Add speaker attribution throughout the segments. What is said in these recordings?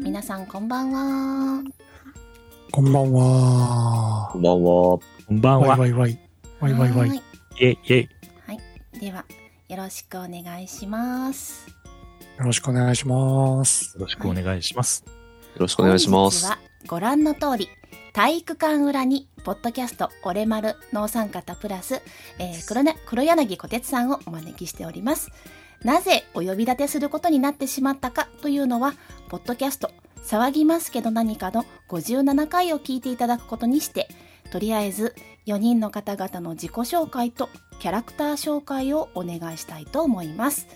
Speaker 1: 皆さんこんばんは。
Speaker 2: こんばんは
Speaker 3: こ。んばんは。
Speaker 4: こんばん
Speaker 2: わい
Speaker 4: は。
Speaker 2: わいわい。わいわいわ。
Speaker 1: はい
Speaker 4: イェイイェイ。
Speaker 1: いでは、よろしくお願いします。よ
Speaker 2: よろしくお願いします。
Speaker 4: よろしくお願いします。
Speaker 3: よろしくお願いします。
Speaker 1: はご覧の通り、体育館裏に、ポッドキャスト、オレマル、農産方プラス、えー黒ね黒柳小鉄さんをお招きしております。なぜお呼び立てすることになってしまったかというのは、ポッドキャスト、騒ぎますけど何かの57回を聞いていただくことにして、とりあえず4人の方々の自己紹介とキャラクター紹介をお願いしたいと思います。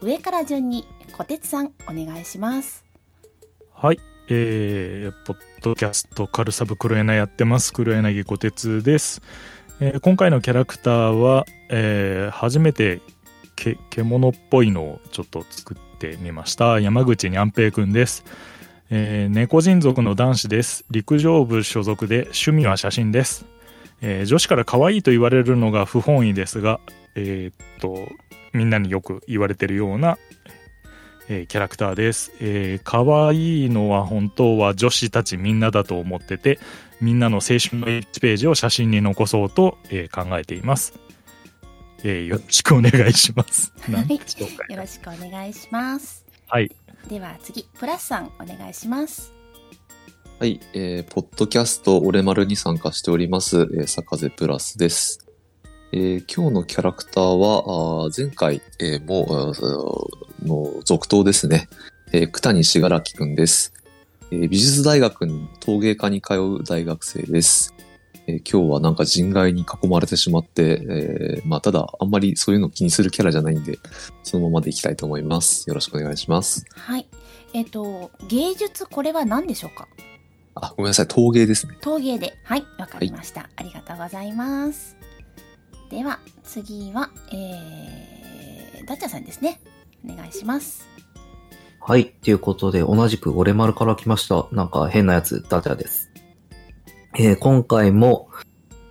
Speaker 1: 上から順に、小鉄さん、お願いします。
Speaker 4: はい。えー、ポッドキャスト、カルサブ黒柳やってます。黒柳小鉄です。えー今回のキャラクターは、えー初めてけ獣っぽいのをちょっと作ってみました。山口に安平くんです。えー猫人族の男子です。陸上部所属で趣味は写真です。えー女子から可愛いと言われるのが不本意ですが、えーっと、みんなによく言われてるようなえーキャラクターです。えー、可愛いのは本当は女子たちみんなだと思ってて、みんなの青春の1ページを写真に残そうと、えー考えています。えーよろしくお願いします。なんでしょうか
Speaker 1: よろしくお願いします。
Speaker 4: はい。
Speaker 1: では次、プラスさんお願いします。
Speaker 3: はい、えー、ポッドキャスト、俺丸に参加しております、えー、坂瀬プラスです。えー、今日のキャラクターは、あー前回、えー、もうあー、もう続投ですね。えー、久谷しがらきくんです。えー、美術大学に陶芸科に通う大学生です。えー、今日はなんか人外に囲まれてしまって、えー、まあ、ただ、あんまりそういうの気にするキャラじゃないんで、そのままでいきたいと思います。よろしくお願いします。
Speaker 1: はい。えっ、と、芸術、これは何でしょうか
Speaker 3: あ、ごめんなさい、陶芸ですね。
Speaker 1: 陶芸で。はい、わかりました、ありがとうございます。では、次は、えー、ダッチャさんですね。お願いします。
Speaker 5: はい。ということで、同じくオレマルから来ました。なんか変なやつ、ダジャです。えー今回も、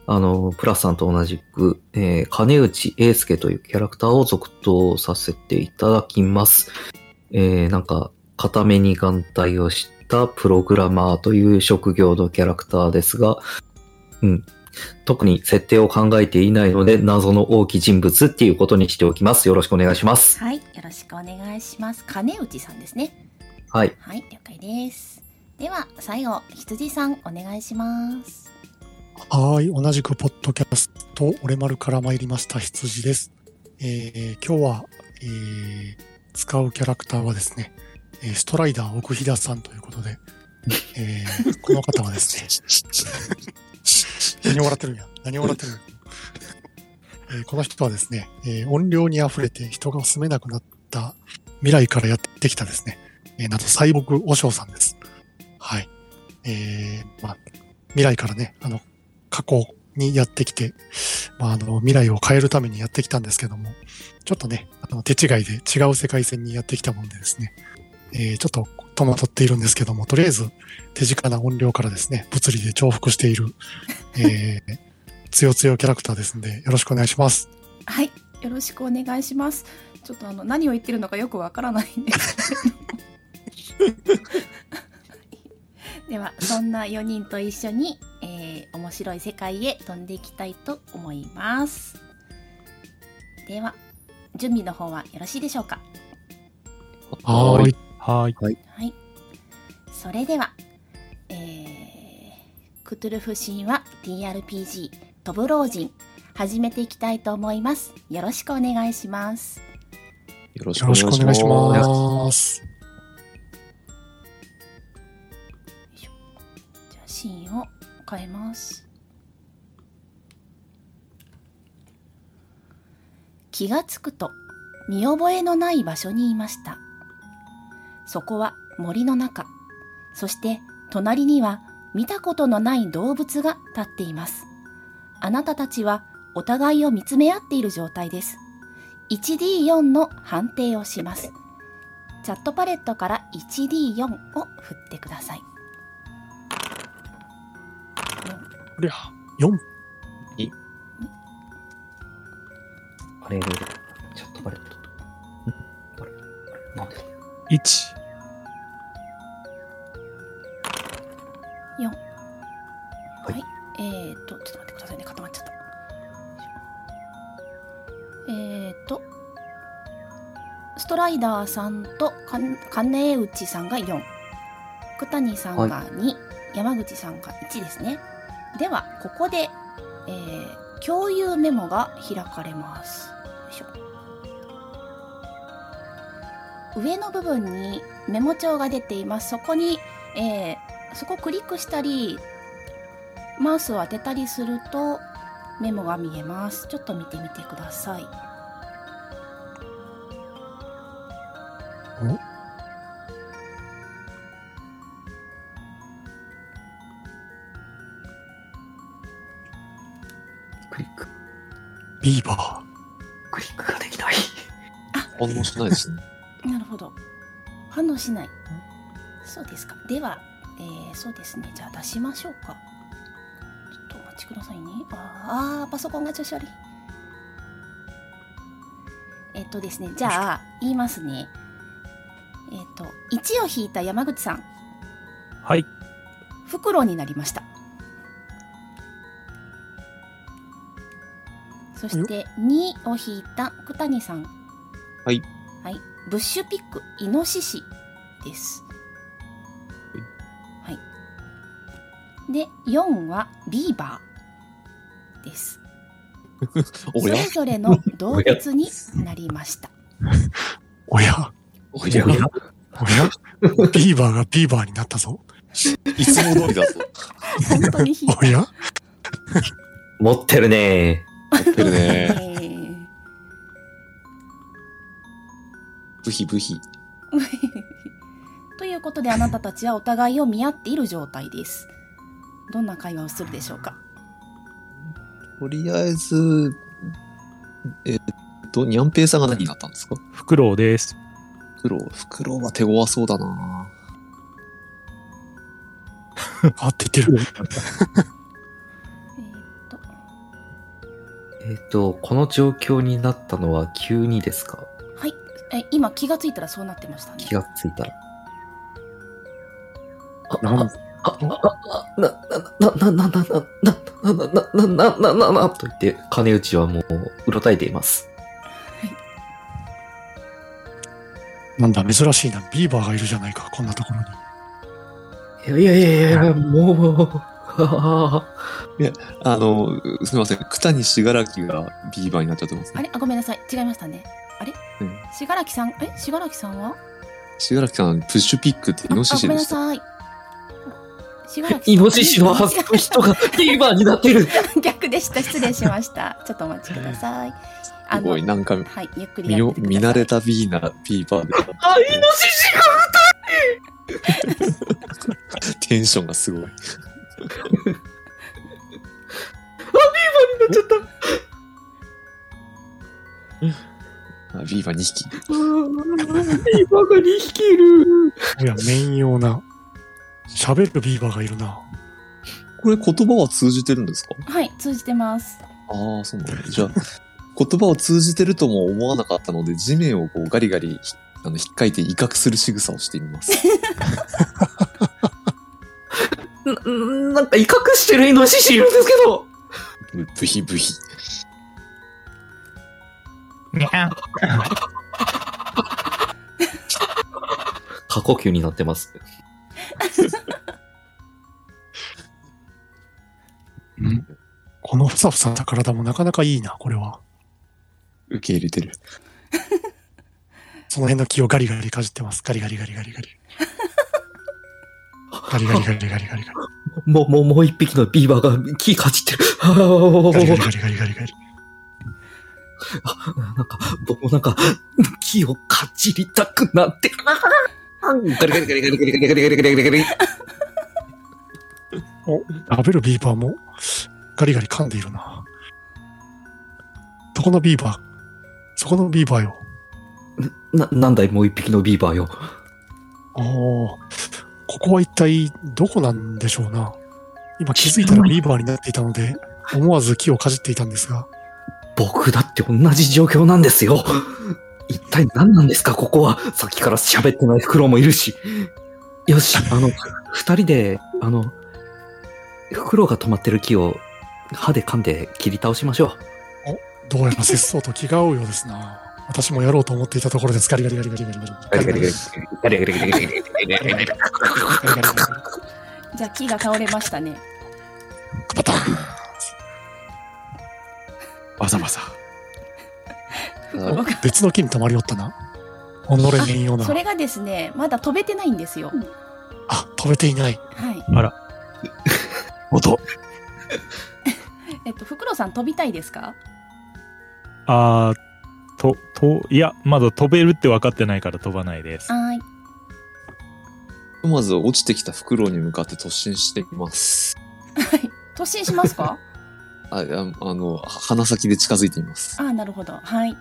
Speaker 5: あの、プラスさんと同じく、えー金内英介というキャラクターを続投させていただきます。えーなんか、固めに眼帯をしたプログラマーという職業のキャラクターですが、うん。特に設定を考えていないので、謎の大きい人物っていうことにしておきます。よろしくお願いします。
Speaker 1: はい、よろしくお願いします。金内さんですね。
Speaker 5: はい。
Speaker 1: はい、了解です。では、最後、羊さんお願いします。
Speaker 2: はーい。同じく、ポッドキャスト、俺丸から参りました、羊です。えー、今日は、えー、使うキャラクターはですね、えーストライダー奥飛さんということで、えー、この方はですね、何を笑ってるんや。何を笑ってるんや。えーこの人はですね、えー音量に溢れて人が住めなくなった未来からやってきたですね、えーなんとcyborg 和尚さんです。はい。えーまあ、未来からね、あの、過去にやってきて、まあ、あの、未来を変えるためにやってきたんですけども、ちょっとね、あの、手違いで違う世界線にやってきたもんでですね、えーちょっと戸惑っているんですけども、とりあえず手近な音量からですね、物理で重複している、えー、強強キャラクターですんで、よろしくお願いします。
Speaker 1: はい、よろしくお願いします。ちょっとあの何を言ってるのかよくわからないんですけれども。では、そんな4人と一緒に、えー面白い世界へ飛んでいきたいと思います。では、準備の方はよろしいでしょうか。
Speaker 3: はー
Speaker 2: い。
Speaker 4: はい。
Speaker 1: はい。それでは、えー、クトゥルフ神話 TRPG 飛ぶ老人始めていきたいと思います。よろしくお願いします。
Speaker 3: よろしく
Speaker 2: よ
Speaker 3: お
Speaker 2: ろ
Speaker 3: 願い
Speaker 2: し
Speaker 3: し
Speaker 2: くお
Speaker 3: ます。
Speaker 2: 願いします。
Speaker 1: じゃあシーンを変えます気がつくと見覚えのない場所にいましたそこは森の中そして隣には見たことのない動物が立っていますあなたたちはお互いを見つめ合っている状態です 1D4 の判定をしますチャットパレットから 1D4 を振ってください
Speaker 2: こりゃ、4、
Speaker 5: あれ、ちょっとバレた。んあれあれなんで
Speaker 4: 1。
Speaker 1: 4はいい、えっ、ー、とちょっと待ってくださいね固まっちゃったえっ、ー、とストライダーさんとかん金内さんが4福谷さんが2、山口さんが1ですねではここで、えー共有メモが開かれますよいしょ上の部分にメモ帳が出ていますそこに、えーそこをクリックしたりマウスを当てたりするとメモが見えますちょっと見てみてください
Speaker 5: クリック。
Speaker 2: ビーバ
Speaker 5: クリックができない。
Speaker 3: 反応しないですね。
Speaker 1: なるほど反応しないそうですかでは、えーそうですねじゃあ出しましょうかちょっとお待ちくださいねあーあーパソコンが調子悪いえっとですねじゃあ言いますねえっと1を引いた山口さん
Speaker 4: はい。
Speaker 1: 袋になりましたそして2を引いた久谷さん
Speaker 3: はい、
Speaker 1: はい、ブッシュピックイノシシですはいで4はビーバーですそ
Speaker 3: おや
Speaker 1: れぞれの動物になりま した
Speaker 2: ー。おや
Speaker 3: おやお
Speaker 2: お
Speaker 3: や
Speaker 2: やビーバーがビーバーになったぞ。
Speaker 3: いつも通りだぞ。
Speaker 1: 本当にひどい
Speaker 2: おや
Speaker 5: 持ってるね
Speaker 3: 持ってるね。
Speaker 1: えー
Speaker 3: ブヒブヒ。
Speaker 1: ということであなたたちはお互いを見合っている状態ですどんな会話をするでしょうか
Speaker 3: とりあえず、えっと、にゃんぺいさんが何になったんですか
Speaker 4: フクロウです。
Speaker 3: フクロウ。フクロウは手強そうだな
Speaker 2: あっててる。
Speaker 1: えーっと
Speaker 5: えっ、と、この状況になったのは急にですか
Speaker 1: はいえ今気がついたらそうなってましたね
Speaker 5: 気がついたら。あ、
Speaker 2: なん
Speaker 5: あ、あ、あ、あ、な、な、な、な、な、な、な、な、な、な、な、な、な、な、と言って、金内はもう、うろたいています。
Speaker 2: なんだ、珍しいな。ビーバーがいるじゃないか、こんなところに。
Speaker 5: いやいやいやいや、もう、あ
Speaker 3: あの、すみません。九谷しがらきがビーバーになっちゃってます
Speaker 1: あ
Speaker 3: ね。
Speaker 1: れあごめんなさい違いましたねあれ
Speaker 3: うん
Speaker 1: しがらきさんえしがらきさんは
Speaker 3: しがらきさん、プッシュピックってイ
Speaker 1: あ
Speaker 3: ノシ
Speaker 1: あご
Speaker 3: シ
Speaker 1: め
Speaker 3: で
Speaker 1: んな
Speaker 3: した。
Speaker 1: さいしがらきさん
Speaker 5: イノシシの発
Speaker 1: あ
Speaker 5: の人が ビーバーになってる。
Speaker 1: 逆でした失礼しましたちょっとお待ちくださいあ
Speaker 3: すごい、
Speaker 1: の
Speaker 3: なんか、
Speaker 1: はいゆっくり
Speaker 3: 見
Speaker 1: やっ
Speaker 3: よ
Speaker 1: てて
Speaker 3: 見
Speaker 1: くだ
Speaker 3: 慣
Speaker 1: さ
Speaker 3: れ
Speaker 1: い
Speaker 3: たビーナ、ビーバーで、
Speaker 5: あ、イノシシが
Speaker 3: テンションがすごい。
Speaker 5: なっちゃ った。
Speaker 3: あビーバー2匹。
Speaker 5: ビーバーが2匹いる。
Speaker 2: おや、面用な。喋るビーバーがいるな。
Speaker 3: これ言葉は通じてるんですか
Speaker 1: はい通じてます
Speaker 3: ああ、そうなんだ。じゃあ、 言葉を通じてるとも思わなかったので、地面をこうガリガリひあの引っかいて威嚇する仕草をしてみます。
Speaker 5: な、なんか威嚇してるイノシシいるんですけど。
Speaker 3: ブブヒブヒ。
Speaker 4: にゃん。
Speaker 5: 過呼吸になってます。
Speaker 2: うんこのふさふさした体もなかなかいいな、これは。
Speaker 3: 受け入れてる。
Speaker 2: その辺の木をガリガリかじってます。ガリガリガリガリガリ。ガリガリガリガリガリガリ。
Speaker 5: もう、もう、もう一匹のビーバーが木かじってる。あ
Speaker 2: ガリガリ
Speaker 5: ー
Speaker 2: ガリガリガリガリ。
Speaker 5: なんか、僕もなんか、木をかじりたくなってる。あーガリガリガリガリガリガリガリガリガリガリガリ。
Speaker 2: 食べるビーバーもガリガリ噛んでいるな。そこのビーバー、そこのビーバーよ。
Speaker 5: な、なんだいもう一匹のビーバーよ。
Speaker 2: ああ、ここは一体どこなんでしょうな。今気づいたらビーバーになっていたので、思わず木をかじっていたんですが、
Speaker 5: 僕だって同じ状況なんですよ。一体何なんですか、ここは。さっきから喋ってないフクロウもいるし。よし、あの、二人で、あの、袋が止まってる木を歯で噛んで切り倒しましょう。
Speaker 2: どうやら節操と気が合うようですな。私もやろうと思っていたところです。ガリガリガリガリガリガリ。
Speaker 5: ガリガリガリガリガリガリガリガリガ
Speaker 2: ガリガ
Speaker 5: リガリ
Speaker 2: リガリ
Speaker 1: じゃあ木が倒れましたね。
Speaker 2: パタン
Speaker 4: バサバサ。
Speaker 3: あ
Speaker 2: 別の木に溜まりおったな。己面ような
Speaker 1: そ。れがですね、まだ飛べてないんですよ。
Speaker 2: あ、飛べていない。
Speaker 1: はい。
Speaker 4: 音。
Speaker 1: えっと、フクロウさん飛びたいですか
Speaker 4: あーと、と、いや、まだ飛べるって分かってないから飛ばないです。
Speaker 1: はい。
Speaker 3: まず落ちてきた袋に向かって突進していきます。
Speaker 1: 突進しますか
Speaker 3: あ、ああの、鼻先で近づいています。
Speaker 1: ああ、なるほど。はい。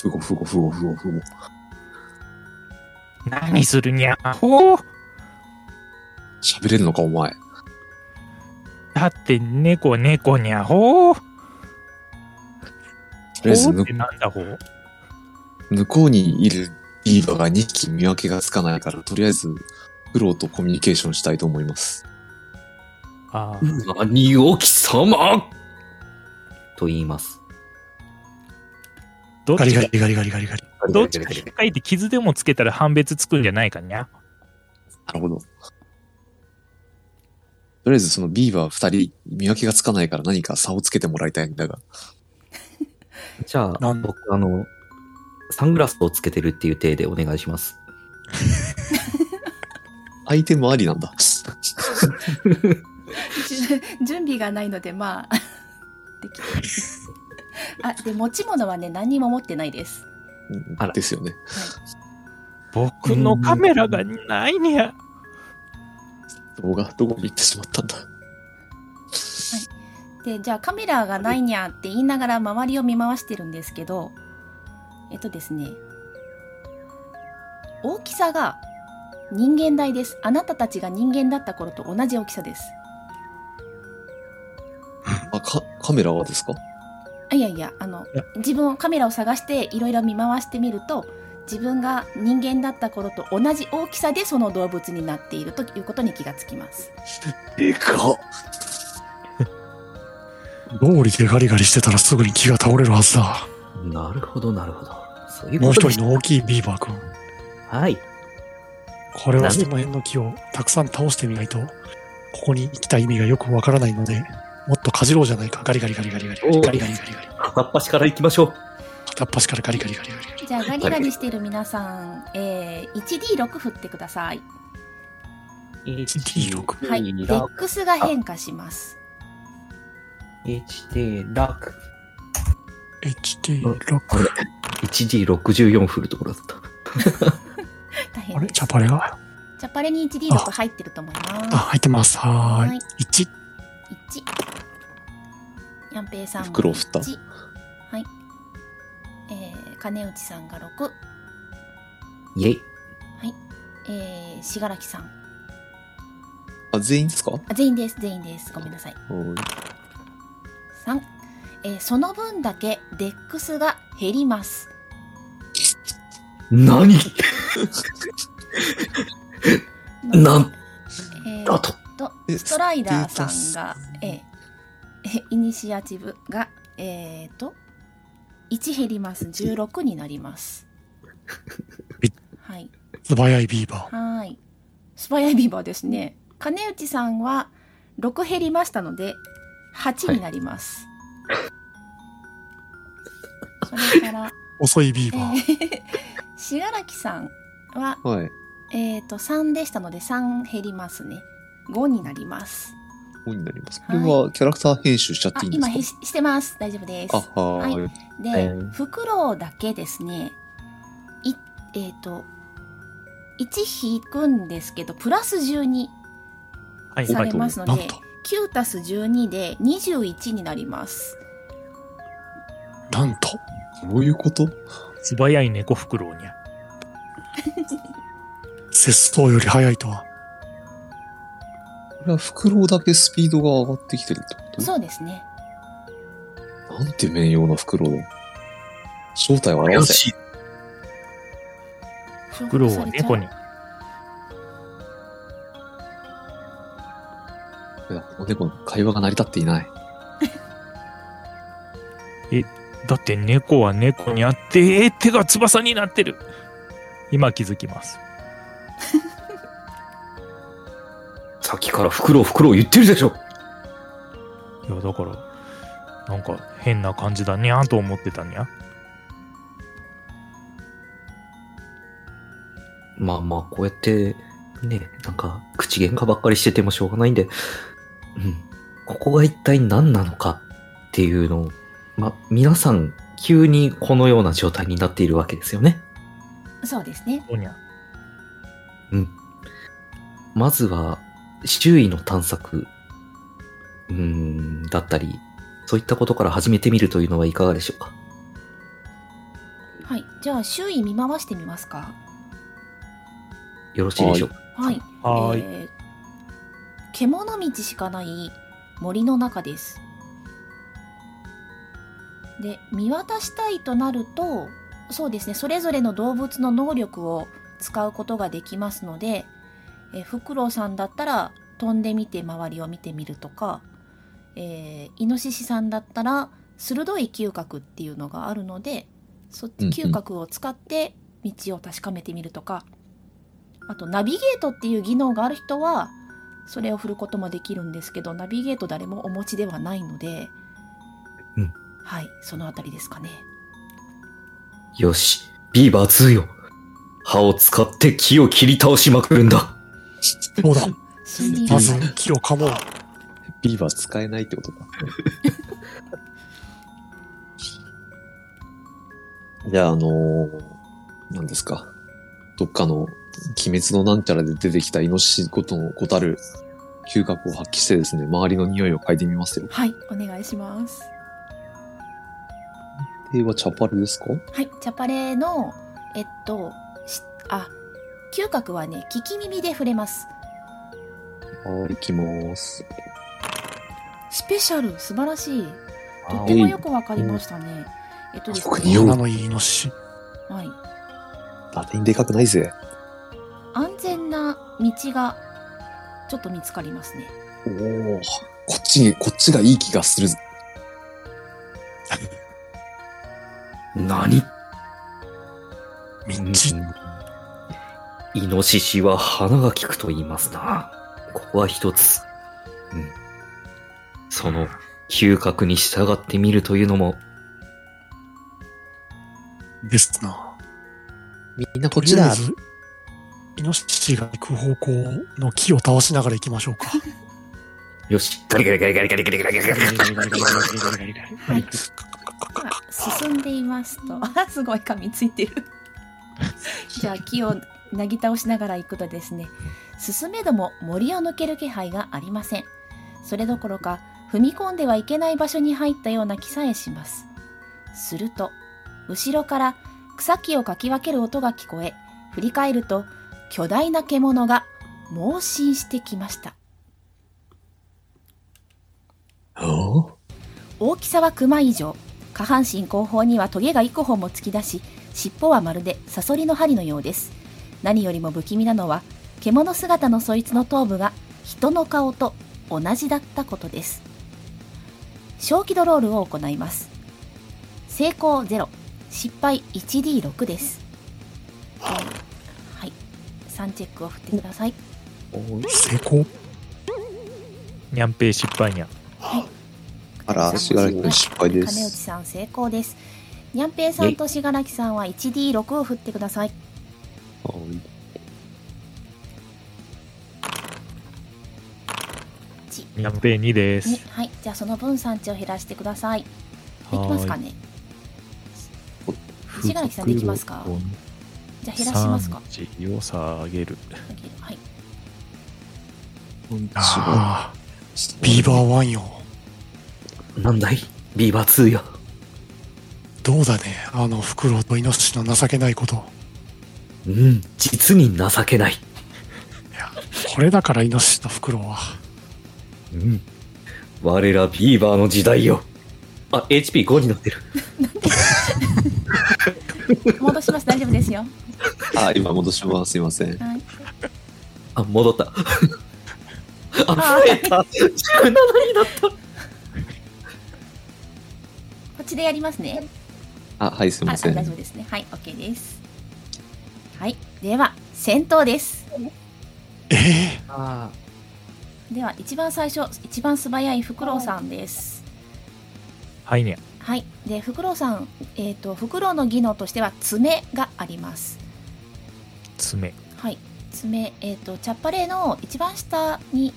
Speaker 3: ふごふごふごふごふご。
Speaker 4: 何するにゃほう
Speaker 3: 喋れるのか、お前。
Speaker 4: だって猫猫にゃほうほ
Speaker 3: とりあえず
Speaker 4: う
Speaker 3: 向
Speaker 4: ってなんだほう
Speaker 3: 向こうにいるリードが2匹見分けがつかないから、とりあえず、フローとコミュニケーションしたいと思います。
Speaker 4: あー
Speaker 5: 何を貴様と言います。
Speaker 4: どっ
Speaker 2: ガ
Speaker 4: ち
Speaker 2: リ
Speaker 4: が
Speaker 2: ガリガリガリガリガリ。
Speaker 4: どっちか引っかいて傷でもつけたら判別つくんじゃないかにゃ
Speaker 3: なるほど。とりあえずそのビーバー2人見分けがつかないから何か差をつけてもらいたいんだが。
Speaker 5: じゃ
Speaker 2: な
Speaker 5: あ、
Speaker 2: ん
Speaker 5: 僕、あの、サングラスをつけてるっていう体でお願いします。
Speaker 3: アイテムありなんだ。
Speaker 1: じゅ 準備がないので、まあ、 できあ、で、持ち物はね、何も持ってないです。
Speaker 3: うん
Speaker 5: あら
Speaker 3: ですよね。
Speaker 4: 僕のカメラがないにゃ
Speaker 3: 動画、どこに行ってしまったんだ。
Speaker 1: で、じゃあカメラがないにゃって言いながら周りを見回してるんですけど、えっとですね、大きさが人間大です。あなたたちが人間だった頃と同じ大きさです。
Speaker 3: あ、か、カメラはですか
Speaker 1: あいやいやあの
Speaker 4: いや
Speaker 1: 自分カメラを探していろいろ見回してみると自分が人間だった頃と同じ大きさでその動物になっているということに気がつきます
Speaker 3: でかっ
Speaker 2: 道理でガリガリしてたらすぐに木が倒れるはずだ。
Speaker 5: なるほど、なるほど。そういう
Speaker 2: もう
Speaker 5: こと
Speaker 2: 一
Speaker 5: でし
Speaker 2: 人の大きいビーバーくん。
Speaker 5: はい。
Speaker 2: これはその辺の木をたくさん倒してみないと、ここに来た意味がよくわからないので、もっとかじろうじゃないか。ガリガリガリガリガリガリ
Speaker 5: おう
Speaker 2: ガリガリガリガリ。
Speaker 5: 片っ端から行きましょう。
Speaker 2: 片っ端からガリガリガリガリガリ。
Speaker 1: じゃあガリガリしている皆さん、えー、1D6 振ってください
Speaker 2: 1D6。
Speaker 1: はいデックスが変化します
Speaker 5: 1D6。1D6。
Speaker 2: HD6。
Speaker 5: あれ ?1D64 振るところだった。
Speaker 1: 大変
Speaker 2: あれ
Speaker 1: です
Speaker 2: チャパレが
Speaker 1: じゃあパレに 1D6 入ってると思い
Speaker 2: あ、
Speaker 1: ま
Speaker 2: 入ってます。はー
Speaker 1: はい
Speaker 2: い。1。
Speaker 1: す1ヤンペイさんが
Speaker 3: 袋を振った
Speaker 1: 1はいえー、金内さんが6
Speaker 5: イェイ。
Speaker 1: えー、信楽さん
Speaker 3: あ、全員ですか
Speaker 1: あ全員です全員ですごめんなさい
Speaker 3: おい
Speaker 1: 3、えーその分だけデックスが減ります
Speaker 5: 何な
Speaker 1: の
Speaker 5: ん
Speaker 1: でえー
Speaker 5: だ
Speaker 1: っ
Speaker 5: と。
Speaker 1: と
Speaker 3: え
Speaker 1: ストライダーさんが
Speaker 3: ス、
Speaker 1: えーえイニシアチブがえー、っと1減ります16になります
Speaker 2: え
Speaker 1: はい
Speaker 2: 素早いビーバ
Speaker 1: はーい素早いビーバーですね金内さんは6減りましたので8になります、それから
Speaker 2: ー。遅いビー
Speaker 1: え
Speaker 2: バー。
Speaker 1: ー信楽さんは、
Speaker 3: はい。
Speaker 1: えー、と3でしたので3減りますね5になります
Speaker 3: ここになります。こ
Speaker 1: は
Speaker 3: れ
Speaker 1: い
Speaker 3: はキャラクター編集しちゃっ
Speaker 1: あ
Speaker 3: ていいんで
Speaker 1: 今
Speaker 3: すか
Speaker 1: へししてます大丈夫です
Speaker 3: あ、はーい。
Speaker 1: で、
Speaker 5: えー
Speaker 1: フクロウだけですねいえっ、と1引くんですけどプラス12
Speaker 4: はい
Speaker 1: さ
Speaker 4: は
Speaker 1: れ
Speaker 4: い
Speaker 1: ますので、
Speaker 2: なんと、
Speaker 1: 9たす12で21になります
Speaker 2: なんと。
Speaker 3: どういうこと
Speaker 4: 素早い猫フクロウにゃ
Speaker 2: 節操より早いとは。
Speaker 3: これは袋だけスピードが上がってきてるってこと
Speaker 1: そうですね
Speaker 3: なんて面用な袋だ。正体を表せ。
Speaker 5: しい。
Speaker 1: フ
Speaker 4: フクロウは猫に
Speaker 3: いや、この猫の会話が成り立っていない。
Speaker 4: だって猫は猫にあって、えー手が翼になってる今気づきます。
Speaker 5: さっきから袋袋言ってるでしょ
Speaker 4: いや、だから、なんか変な感じだにゃーと思ってたにゃ。
Speaker 5: まあまあ、こうやって、ね、なんか、口喧嘩ばっかりしててもしょうがないんで、うん、ここが一体何なのかっていうのを、まあ、皆さん、急にこのような状態になっているわけですよね。
Speaker 1: そうですね。
Speaker 4: おにゃ。
Speaker 5: まずは、周囲の探索、うーん、だったり、そういったことから始めてみるというのはいかがでしょうか。
Speaker 1: はい。じゃあ、周囲見回してみますか。
Speaker 5: よろしいでしょうか。
Speaker 1: はい。
Speaker 4: はーい。
Speaker 1: えー獣道しかない森の中です。で、見渡したいとなると、そうですね、それぞれの動物の能力を使うことができますので、えー、フクロウさんだったら飛んでみて周りを見てみるとか、えーイノシシさんだったら鋭い嗅覚っていうのがあるので、そっ
Speaker 3: うん
Speaker 1: ち
Speaker 3: うん
Speaker 1: 嗅覚を使って道を確かめてみるとか、あとナビゲートっていう技能がある人はそれを振ることもできるんですけどナビゲート誰もお持ちではないので、
Speaker 5: うん
Speaker 1: はいそのあたりですかね
Speaker 5: よし、ビーバー2よ。歯を使って木を切り倒しまくるんだ。
Speaker 2: そうだ。
Speaker 1: 森林
Speaker 2: ま
Speaker 1: の
Speaker 2: ず木を噛もう。
Speaker 3: ビーバー使えないってこと か。じゃあ、あのー、何ですか。どっかの鬼滅のなんちゃらで出てきたイノシシごとのごたる嗅覚を発揮してですね、周りの匂いを嗅いでみますよ。
Speaker 1: はいお願いします
Speaker 3: では、チャパルですか
Speaker 1: はいチャパレーのえっとしあ嗅覚はね聞き耳で触れます
Speaker 3: はい、行きます。
Speaker 1: スペシャル素晴らしいとっ
Speaker 5: あ
Speaker 1: てもよくわかりましたねえっとです
Speaker 3: あそこに
Speaker 1: ね
Speaker 3: 匂い
Speaker 2: 鼻のいいイノシシ。
Speaker 1: はい
Speaker 3: ラテンでかくないぜ。
Speaker 1: 安全な道がちょっと見つかりますね
Speaker 3: おお、こっちに、こっちがいい気がする。
Speaker 5: 何
Speaker 2: ミ
Speaker 5: うん
Speaker 2: ンチ。
Speaker 5: イノシシは鼻が効くと言いますな。ここは一つ。うん。その、嗅覚に従ってみるというのも、
Speaker 2: ですな。
Speaker 3: みんな
Speaker 2: と
Speaker 3: こっち
Speaker 2: りあ
Speaker 3: だ
Speaker 2: え。ず、イノシシが行く方向の木を倒しながら行きましょうか。
Speaker 5: よし、ガリガリガリガリガリガリガリガリガリガリガリガリガリ
Speaker 1: はいあ進んでいますと あすごい噛みついてるじゃあ木をなぎ倒しながら行くとですね進めども森を抜ける気配がありませんそれどころか踏み込んではいけない場所に入ったような気さえしますすると後ろから草木をかき分ける音が聞こえ振り返ると巨大な獣が猛進してきました
Speaker 3: お
Speaker 1: 大きさはクマ以上下半身後方にはトゲが幾本も突き出し尻尾はまるでサソリの針のようです何よりも不気味なのは獣姿のそいつの頭部が人の顔と同じだったことです小気ドロールを行います成功0失敗 1D6 ですえーはい3チェックを振ってください
Speaker 3: お
Speaker 2: 成功。
Speaker 4: にゃんぺい失敗にゃ。
Speaker 3: あら、しがらきの失敗で
Speaker 1: 金内
Speaker 3: す。
Speaker 1: さん成功ですにゃんぺいさんとしがらきさんは 1D6 を振ってください
Speaker 4: にゃんぺい2で
Speaker 1: ね
Speaker 4: す。
Speaker 1: はいじゃあその分産地を減らしてくださいでき
Speaker 4: はーい
Speaker 1: ますかね市垣さんできますかじゃあ減らしますか
Speaker 4: 産地を下げる。
Speaker 1: はい
Speaker 2: ああ、ビーバーワンよ。
Speaker 5: なんだいビーバー2よ。
Speaker 2: どうだね。あの、フクロウとイノシシの情けないこと。
Speaker 5: うん、実に情けな
Speaker 2: い
Speaker 5: い。
Speaker 2: や、これだからイノシシとフクロウは。
Speaker 5: うん。我らビーバーの時代よ。あ、HP5 になってる。
Speaker 1: 戻します大丈夫ですよ
Speaker 3: あ、今戻します。すいません。
Speaker 1: はい
Speaker 5: あ、戻った。あ増えた !17 になった
Speaker 1: こっちでやりますね。
Speaker 3: あ、はい、すい
Speaker 1: あ
Speaker 3: ま
Speaker 1: あ
Speaker 3: せ
Speaker 1: 大
Speaker 3: ん。
Speaker 1: 丈夫ですね。はい、OK です。はい、では、戦闘です。
Speaker 2: ええ
Speaker 5: あ
Speaker 1: では、一番最初、一番素早いフクロウさんです。
Speaker 4: はいね。
Speaker 1: はい、で、フクロウさん、えっ、と、フクロウの技能としては、爪があります。
Speaker 4: 爪。
Speaker 1: はい、爪、えっ、と、チャッパレーの一番下に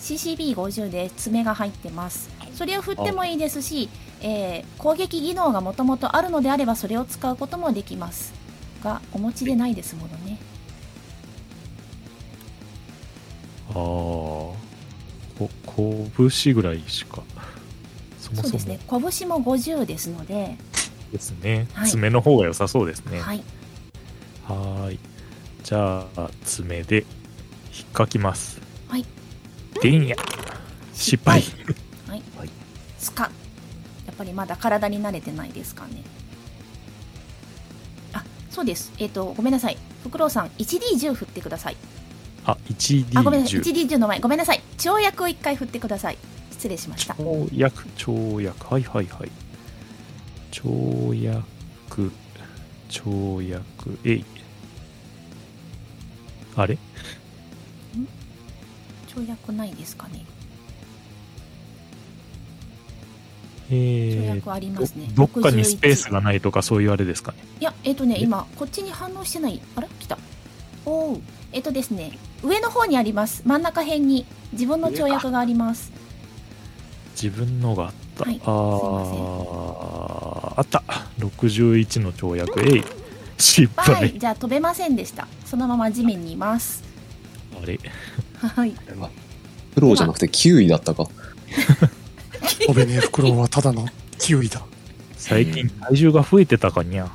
Speaker 1: CCB50 で爪が入ってます。それを振ってもいいですし、えー攻撃技能がもともとあるのであれば、それを使うこともできます。が、お持ちでないですものね。
Speaker 4: ああ。こ、拳ぐらいしか。そも
Speaker 1: そう
Speaker 4: そ
Speaker 1: です
Speaker 4: も
Speaker 1: ね。拳も50ですので、
Speaker 4: ですね。
Speaker 1: はい
Speaker 4: 爪の方が良さそうですね。は
Speaker 1: はい。
Speaker 4: ーい。じゃあ、爪で引っかきます。
Speaker 1: はい。
Speaker 4: でんや。失敗。
Speaker 1: はい。
Speaker 5: はい
Speaker 1: スカッ。やっぱりまだ体に慣れてないですかね。あ、そうです。えっ、と、ごめんなさい。フクロウさん、1D10 振ってください。
Speaker 4: あ、
Speaker 1: あ、ごめんなさい。
Speaker 4: 1D10。
Speaker 1: 1D10 の前。ごめんなさい。跳躍を1回振ってください。失礼しました。
Speaker 4: 跳躍、跳躍。はいはいはい。跳躍、跳躍、えい。あれ
Speaker 1: 跳躍ないですかね。
Speaker 4: え
Speaker 1: 跳
Speaker 4: ー
Speaker 1: 躍ありますね。
Speaker 4: どどっかにスペース
Speaker 1: 61
Speaker 4: がないとかそういうあれですかね。
Speaker 1: いや、えっ、とね、
Speaker 4: え
Speaker 1: 今、こっちに反応してない。あれ来た。おう。えっ、とですね、上の方にあります。真ん中辺に自分の跳躍があります。
Speaker 4: 自分のがあった。
Speaker 1: はい
Speaker 4: あーあった。61の跳躍、えい。失
Speaker 1: は
Speaker 4: 敗。
Speaker 1: い。じゃあ、飛べませんでした。そのまま地面にいます。
Speaker 4: あれ
Speaker 1: はい。
Speaker 3: プロじゃなくて9位だったか。
Speaker 2: ー、飛べねえフクロウはただのキウイだ。
Speaker 4: 最近体重が増えてたかにゃ。
Speaker 1: は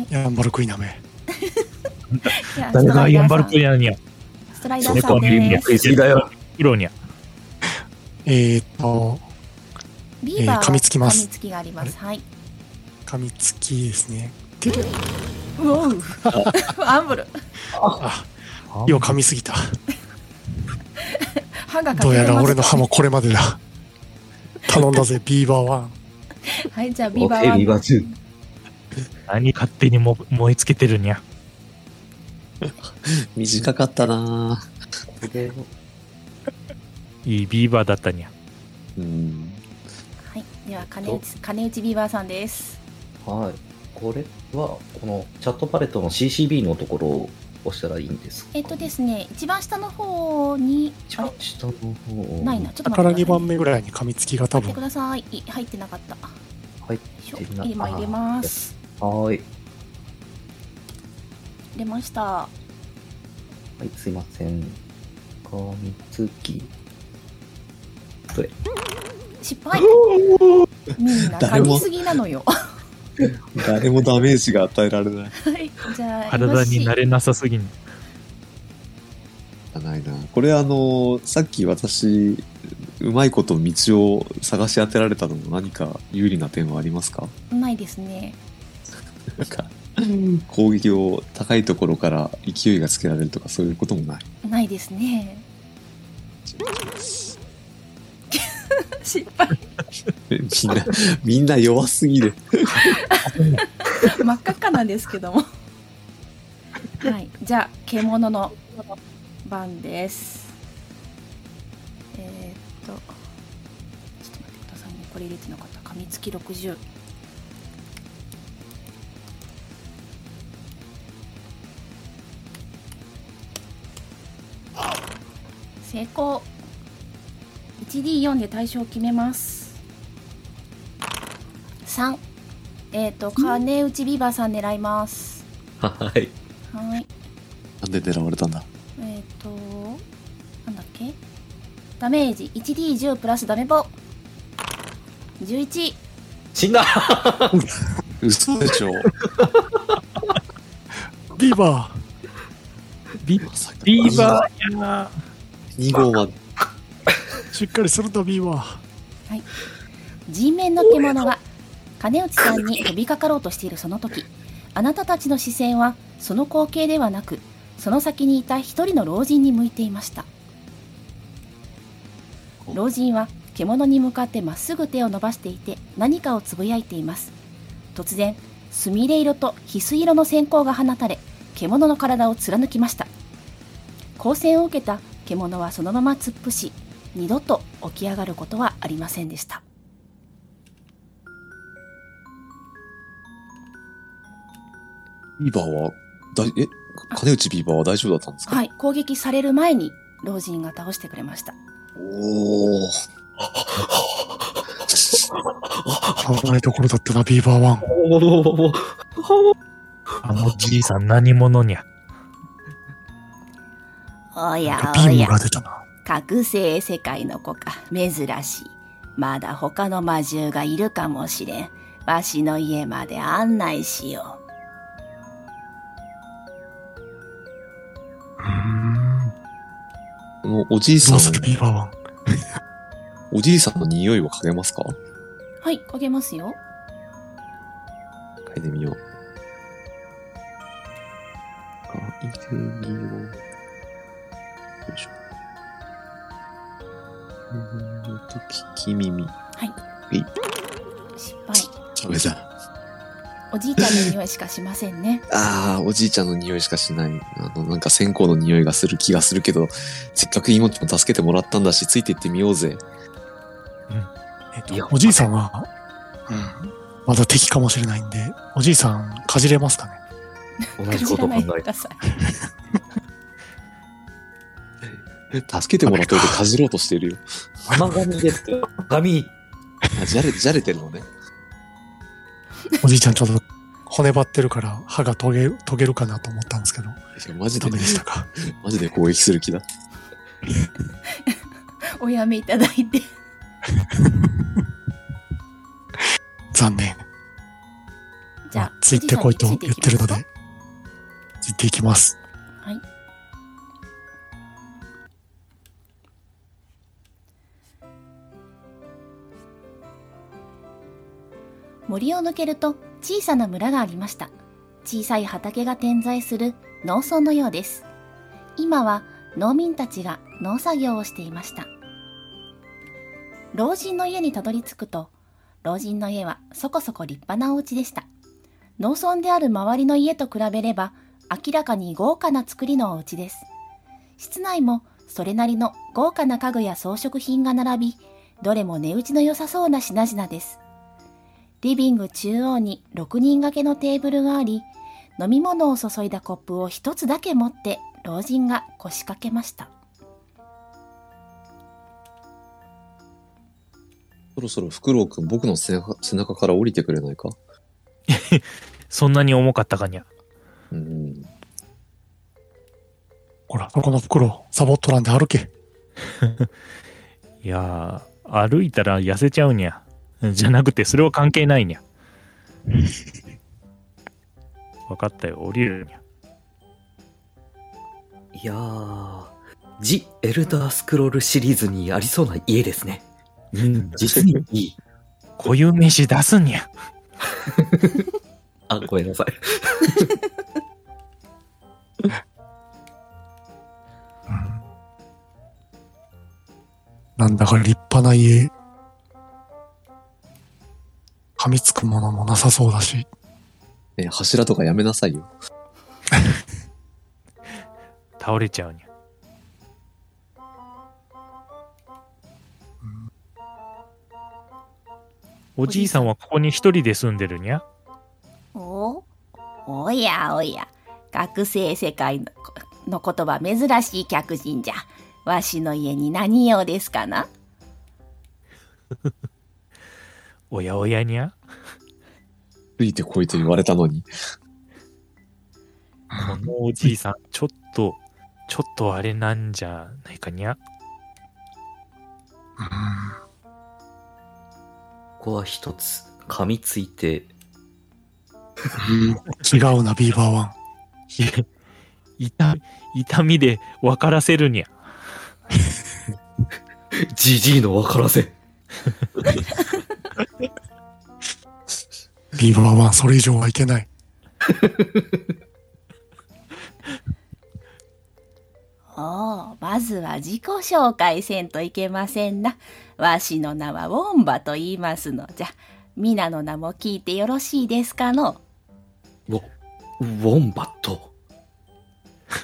Speaker 1: い。
Speaker 2: ヤンバルクイナメ。
Speaker 1: じゃあ、
Speaker 4: 誰がヤンバル
Speaker 1: ス
Speaker 4: クイナにゃ。
Speaker 1: トライダー
Speaker 4: 猫
Speaker 1: さ
Speaker 4: は
Speaker 1: ん
Speaker 4: 見るにゃ。
Speaker 1: です。
Speaker 5: 食いすぎだよ。
Speaker 4: プロにゃ。
Speaker 2: えー、っと、
Speaker 1: ビーバーは
Speaker 2: えー噛みつきます
Speaker 1: 噛みつきがあります。はい。
Speaker 2: 噛みつきですね。
Speaker 1: うおう。 アンブル。
Speaker 2: あ、よう噛みすぎた。
Speaker 1: 歯が
Speaker 2: ど
Speaker 1: 欠
Speaker 2: う
Speaker 1: け
Speaker 2: や
Speaker 1: て
Speaker 2: ら
Speaker 1: ま
Speaker 2: 俺
Speaker 1: す
Speaker 2: の歯もこれまでだ。頼んだぜ、ビーバーワン。
Speaker 1: はい、じゃあ、
Speaker 5: ー
Speaker 1: ビーバー
Speaker 5: オッケ
Speaker 1: は。
Speaker 5: ビーバー2。
Speaker 4: 何勝手にも燃えつけてるにゃ。
Speaker 3: 短かったなぁ
Speaker 4: いいビーバーだったにゃ。
Speaker 3: うん。
Speaker 1: はい。では、金内、金内ビーバーさんです。
Speaker 5: はい。これは、このチャットパレットの CCB のところを押したらいいんですか
Speaker 1: えっとですね、一番下の方に、
Speaker 5: 一
Speaker 1: あれ
Speaker 5: 番下の方
Speaker 1: ないな、ちょっと
Speaker 2: だ
Speaker 1: 待
Speaker 2: か
Speaker 1: っ
Speaker 2: ら
Speaker 1: てください
Speaker 2: 2番目ぐらいに噛みつきが多
Speaker 1: 待ってく。
Speaker 2: 分
Speaker 1: ださい。い入ってなかった。
Speaker 5: 入っ
Speaker 1: しょ
Speaker 5: てな
Speaker 1: 今入れます。
Speaker 5: はーい。
Speaker 1: 入れました。
Speaker 5: はい、すいません。かみつき。
Speaker 1: 失敗。みんな噛
Speaker 3: 誰も
Speaker 1: みすぎなのよ。 は
Speaker 3: 誰もダメージが与えられない。
Speaker 1: い。じゃあ、
Speaker 4: 体に慣
Speaker 1: れ。
Speaker 4: れなさすぎに。
Speaker 3: ないなこれあの、さっき私、うまいこと道を探し当てられたのも何か有利な点はありますか
Speaker 1: ないですね。
Speaker 3: なんか、攻撃を高いところから勢いがつけられるとかそういうこともない。
Speaker 1: ないですね。 失敗。
Speaker 3: みん な、みんな弱すぎる。
Speaker 1: 真っ赤っかなんですけども。はい。じゃあ、獣の番です。えーっと、ちょっと待ってくださいね。これ入れてなかった。噛みつき60。成功 1D4 で対象を決めます3えっ、と金内ビバさん狙います
Speaker 5: はい。
Speaker 1: はい
Speaker 3: なんで狙われたんだ
Speaker 1: えっ、となんだっけダメージ 1D10 プラスダメボ11
Speaker 5: 死んだ
Speaker 3: 嘘でしょ
Speaker 2: ビーバー
Speaker 4: ビ
Speaker 3: まさか
Speaker 4: ビーバーや
Speaker 3: 2号まで。
Speaker 2: しっかりするんだ、ビーバー
Speaker 1: G 面の獣が金内さんに飛びかかろうとしているその時あなたたちの視線はその光景ではなくその先にいた一人の老人に向いていました老人は獣に向かってまっすぐ手を伸ばしていて何かをつぶやいています突然すみれ色と翡翠色の閃光が放たれ獣の体を貫きました光線を受けた獣はそのまま突っ伏し二度と起き上がることはありませんでした
Speaker 3: ビーバーは、だいえ、金内ビーバーは大丈夫だったんですか
Speaker 1: はい攻撃される前に老人が倒してくれました
Speaker 3: おお。
Speaker 2: 危ないところだったな、ビーバー1。
Speaker 5: おー
Speaker 4: あのじいさん何者にゃ。
Speaker 1: お
Speaker 2: なん
Speaker 1: や
Speaker 2: かビ
Speaker 1: お
Speaker 2: ーム
Speaker 1: や
Speaker 2: が出たな。
Speaker 1: 覚醒世界の子か珍しいまだ他の魔獣がいるかもしれんわしの家まで案内しよう
Speaker 2: うーん。
Speaker 3: このおじいさ
Speaker 2: ど
Speaker 3: ん
Speaker 2: うする、ビーバー
Speaker 3: おじいさんの匂いを嗅げますか
Speaker 1: はい焦げますよ
Speaker 3: 嗅いでみよう。嗅いでみよう。よいしょ。うーんと、聞き耳。
Speaker 1: 失敗
Speaker 3: 食べた。
Speaker 1: おじいちゃんの匂いしかしません ね
Speaker 3: ああ、おじいちゃんの匂いしかしない。あの、なんか線香の匂いがする気がするけど、せっかく命も助けてもらったんだし、ついていってみようぜ。
Speaker 2: ワン。えっ
Speaker 5: いや
Speaker 2: と、おじいさんは、うん、まだ敵かもしれないんで、おじいさん、かじれますかね
Speaker 5: 同じことを考
Speaker 1: 感じない
Speaker 5: え
Speaker 1: でく
Speaker 5: て。
Speaker 1: ださい
Speaker 3: 助けてもらっといてかじろうとしてるよ。
Speaker 5: 甘がみですよ。甘み。
Speaker 3: あじゃれ、じゃれてるのね。
Speaker 2: おじいちゃん、ちょっと骨張ってるから、歯がとげ、とげるかなと思ったんですけど、
Speaker 3: いやマジ
Speaker 2: ダ
Speaker 3: で
Speaker 2: メ、でしたか。
Speaker 3: マジで攻撃する気だ。
Speaker 1: おやめいただいて
Speaker 2: 残念。
Speaker 1: じゃあ
Speaker 2: ついてこいと
Speaker 1: おじさん
Speaker 2: 言
Speaker 1: に
Speaker 2: ってるの
Speaker 1: つい
Speaker 2: で、ついていきます。
Speaker 1: はい。森を抜けると小さな村がありました。小さい畑が点在する農村のようです。今は農民たちが農作業をしていました。老人の家にたどり着くと、老人の家はそこそこ立派なお家でした。農村である周りの家と比べれば明らかに豪華な作りのお家です室内もそれなりの豪華な家具や装飾品が並びどれも値打ちの良さそうな品々ですリビング中央に6人掛けのテーブルがあり飲み物を注いだコップを一つだけ持って老人が腰掛けました
Speaker 3: そろそろフクロウくん僕の背中背中から降りてくれないか
Speaker 4: そんなに重かったかにゃ。
Speaker 3: うん。
Speaker 2: ほら、そこの袋、サボットランで歩け。
Speaker 4: いやー、歩いたら痩せちゃうにゃ。じゃなくて、それは関係ないにゃ。わかったよ、降りるにゃ。
Speaker 5: いやー、ジ・エルダースクロールシリーズにありそうな家ですね。うん、実にい い。
Speaker 4: 固有名詞出すにゃ。
Speaker 5: あ、ごめんなさい。
Speaker 2: なんだか立派な家。噛みつくものもなさそうだし、
Speaker 3: ね柱とかやめなさいよ。
Speaker 4: 倒れちゃうにゃ。おじいさんはここに一人で住んでるにゃ。
Speaker 1: おおやおや学生世界のの言葉珍しい客人じゃわしの家に何用ですかな
Speaker 4: おやおやにゃ。
Speaker 3: ついてこいと言われたのに。
Speaker 4: このおじいさん、ちょっと、ちょっとあれなんじゃないかにゃ。
Speaker 5: ここは一つ、噛みついて、
Speaker 2: 違うな、ビーバーワン。
Speaker 4: 痛み、痛みで分からせるにゃ。
Speaker 5: ジジイの分からせ。
Speaker 2: ビーバーワン、それ以上はいけない。
Speaker 1: おうまずは自己紹介せんといけませんな。わしの名はウォンバと言いますのじゃ。皆の名も聞いてよろしいですかの。
Speaker 5: ウォ、ウォンバット。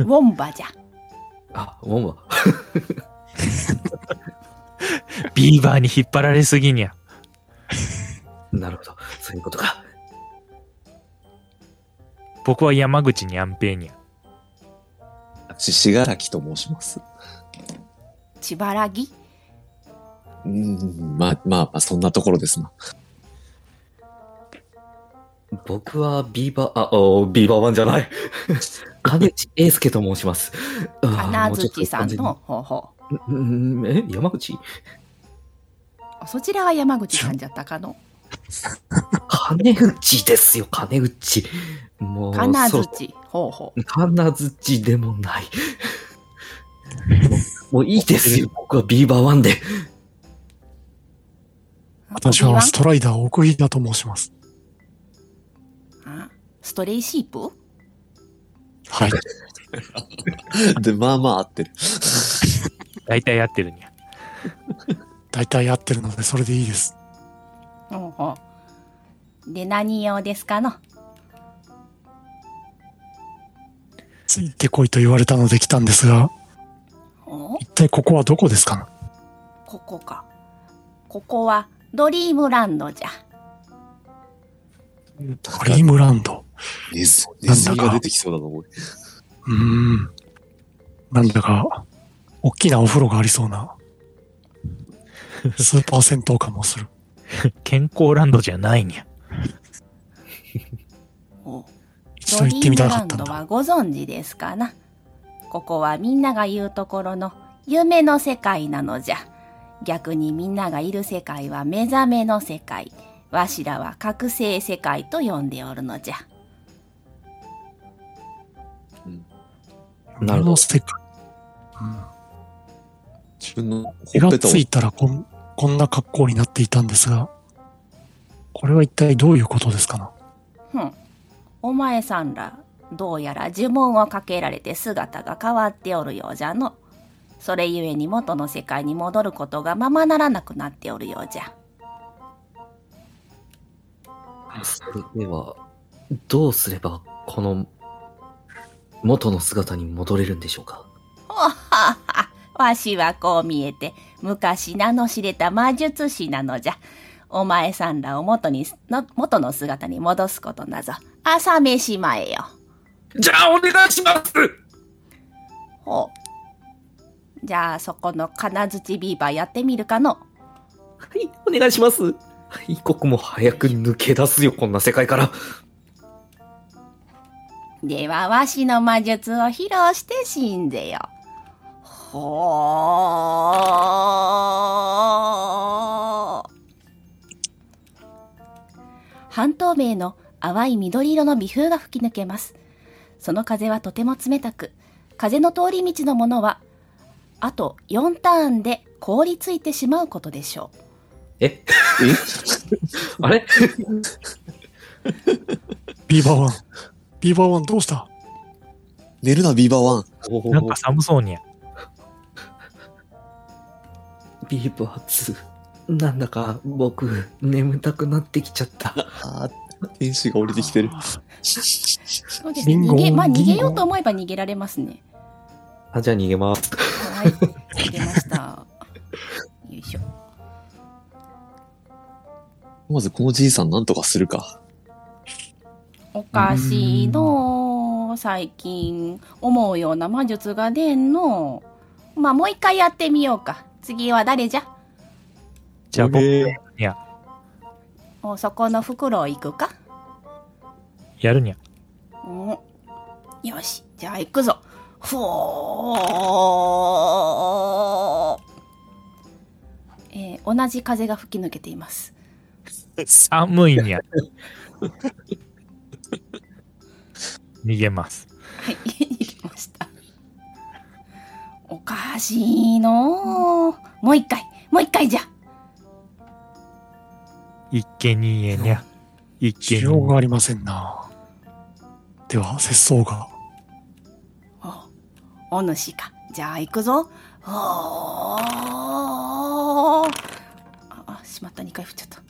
Speaker 1: ウォンバじゃ。
Speaker 5: あ、ウォンバ。
Speaker 4: ビーバーに引っ張られすぎにゃ。
Speaker 5: なるほど。そういうことか。
Speaker 4: 僕は山口にゃんぺいにゃ。
Speaker 3: し、しがらきと申します。
Speaker 1: 千原木
Speaker 3: うん、まあ、まあ、まあ、そんなところですな。
Speaker 5: 僕はビーバー、あ、おビーバーワンじゃない。 金内英介と申します。あー
Speaker 1: 金槌さん。の
Speaker 5: も
Speaker 1: 方法。
Speaker 5: うちょっと完全にうんえ、山口
Speaker 1: あそちらは山口さんじゃったかの。
Speaker 5: 金内ですよ、金内。もう、
Speaker 1: 金
Speaker 5: そろ
Speaker 1: 槌方法。
Speaker 5: 金槌でもない。 もういいですよ、僕はビーバーワンで。
Speaker 2: 私はストライダー奥飛田と申します。
Speaker 1: あストレイシープ
Speaker 2: はい。
Speaker 3: で、まあまあ合ってる。
Speaker 4: 大体合ってるにゃ。
Speaker 2: 大体合ってるので、それでいいです。
Speaker 1: ほうほうで、何用ですかの。
Speaker 2: ついてこいと言われたので来たんですが、
Speaker 1: お
Speaker 2: 一体ここはどこですか
Speaker 1: ここか。ここはドリームランドじゃ。
Speaker 2: ドリームランド。
Speaker 3: ネズ、ネ
Speaker 2: なん
Speaker 3: ズ
Speaker 2: だか
Speaker 3: ミが出てきそうだな、俺。
Speaker 2: うーん。なんだか、大きなお風呂がありそうな、スーパー銭湯感もする。
Speaker 4: 健康ランドじゃないにゃ。
Speaker 1: お
Speaker 2: 一
Speaker 1: ド
Speaker 2: 度
Speaker 1: リ
Speaker 2: 行って
Speaker 1: ーム
Speaker 2: みた
Speaker 1: ラ
Speaker 2: かっ
Speaker 1: ン
Speaker 2: たん
Speaker 1: ド
Speaker 2: だ。
Speaker 1: はご存知ですかな。ここはみんなが言うところの夢の世界なのじゃ。逆にみんながいる世界は目覚めの世界。わしらは覚醒世界と呼んでおるのじゃ。
Speaker 5: なる
Speaker 2: こ
Speaker 5: ほど
Speaker 2: の。世界。うん
Speaker 3: 自分の
Speaker 2: 気
Speaker 3: ほっ
Speaker 2: が
Speaker 3: ぺたを
Speaker 2: ついたらこんこんな格好になっていたんですが、これは一体どういうことですかな
Speaker 1: ふん。お前さんら、どうやら呪文をかけられて姿が変わっておるようじゃの。それゆえに元の世界に戻ることがままならなくなっておるようじゃ。
Speaker 5: それでは、どうすれば、この、元の姿に戻れるんでしょうか
Speaker 1: おははわしはこう見えて、昔名の知れた魔術師なのじゃ。お前さんらを元にす、の元の姿に戻すことなぞ、朝飯前よ。
Speaker 5: じゃあ、お願いします
Speaker 1: ほう。じゃあ、そこの金槌ビーバーやってみるかの。
Speaker 5: はい、お願いします。一刻も早く抜け出すよ、こんな世界から。
Speaker 1: では、わしの魔術を披露して死んでよ。ほー。半透明の淡い緑色の微風が吹き抜けます。その風はとても冷たく、風の通り道のものは、あと4ターンで凍りついてしまうことでしょう。
Speaker 5: え
Speaker 3: え
Speaker 5: あれ
Speaker 2: ビーバーワン。ビーバーワンどうした
Speaker 3: 寝るな、ビーバーワン。
Speaker 4: なんか寒そうにゃ。
Speaker 5: ビーバー2。なんだか、僕、眠たくなってきちゃった。
Speaker 3: あー天使が降りてきてる。
Speaker 1: そうです
Speaker 2: す
Speaker 1: ね。
Speaker 2: ね
Speaker 1: 逃
Speaker 2: 逃
Speaker 1: げ、
Speaker 2: げ
Speaker 1: ま
Speaker 2: ま
Speaker 1: あ
Speaker 2: あ
Speaker 1: 逃
Speaker 2: 逃
Speaker 1: げ
Speaker 2: げ
Speaker 1: よ
Speaker 2: よ
Speaker 1: う
Speaker 2: う
Speaker 1: と
Speaker 2: と
Speaker 1: 思えば逃げられますね。
Speaker 5: あ、じゃあ逃げます。
Speaker 1: はい、逃げました。よいしょ。
Speaker 3: まずこのじいさんなんとかするか。
Speaker 1: おかしいのう最近思うような魔術が出んのうまあもう一回やってみようか次は誰じゃ
Speaker 4: じゃあ僕
Speaker 3: 俺
Speaker 1: おそこの袋行くか
Speaker 4: やるにゃ。
Speaker 1: うんよしじゃあ行くぞふおーえー同じ風が吹き抜けています
Speaker 4: 寒いにゃ。 逃げます。
Speaker 1: はい、逃げました。おかしいのう。もう一回、もう一回じゃ。
Speaker 4: 一見にえにゃ。一
Speaker 2: 需
Speaker 4: 見
Speaker 2: 要
Speaker 4: に
Speaker 2: がありませんな。では、節操が。
Speaker 1: お、お主か。じゃあ行くぞ。おーあ、あしまった、2回振っちゃった。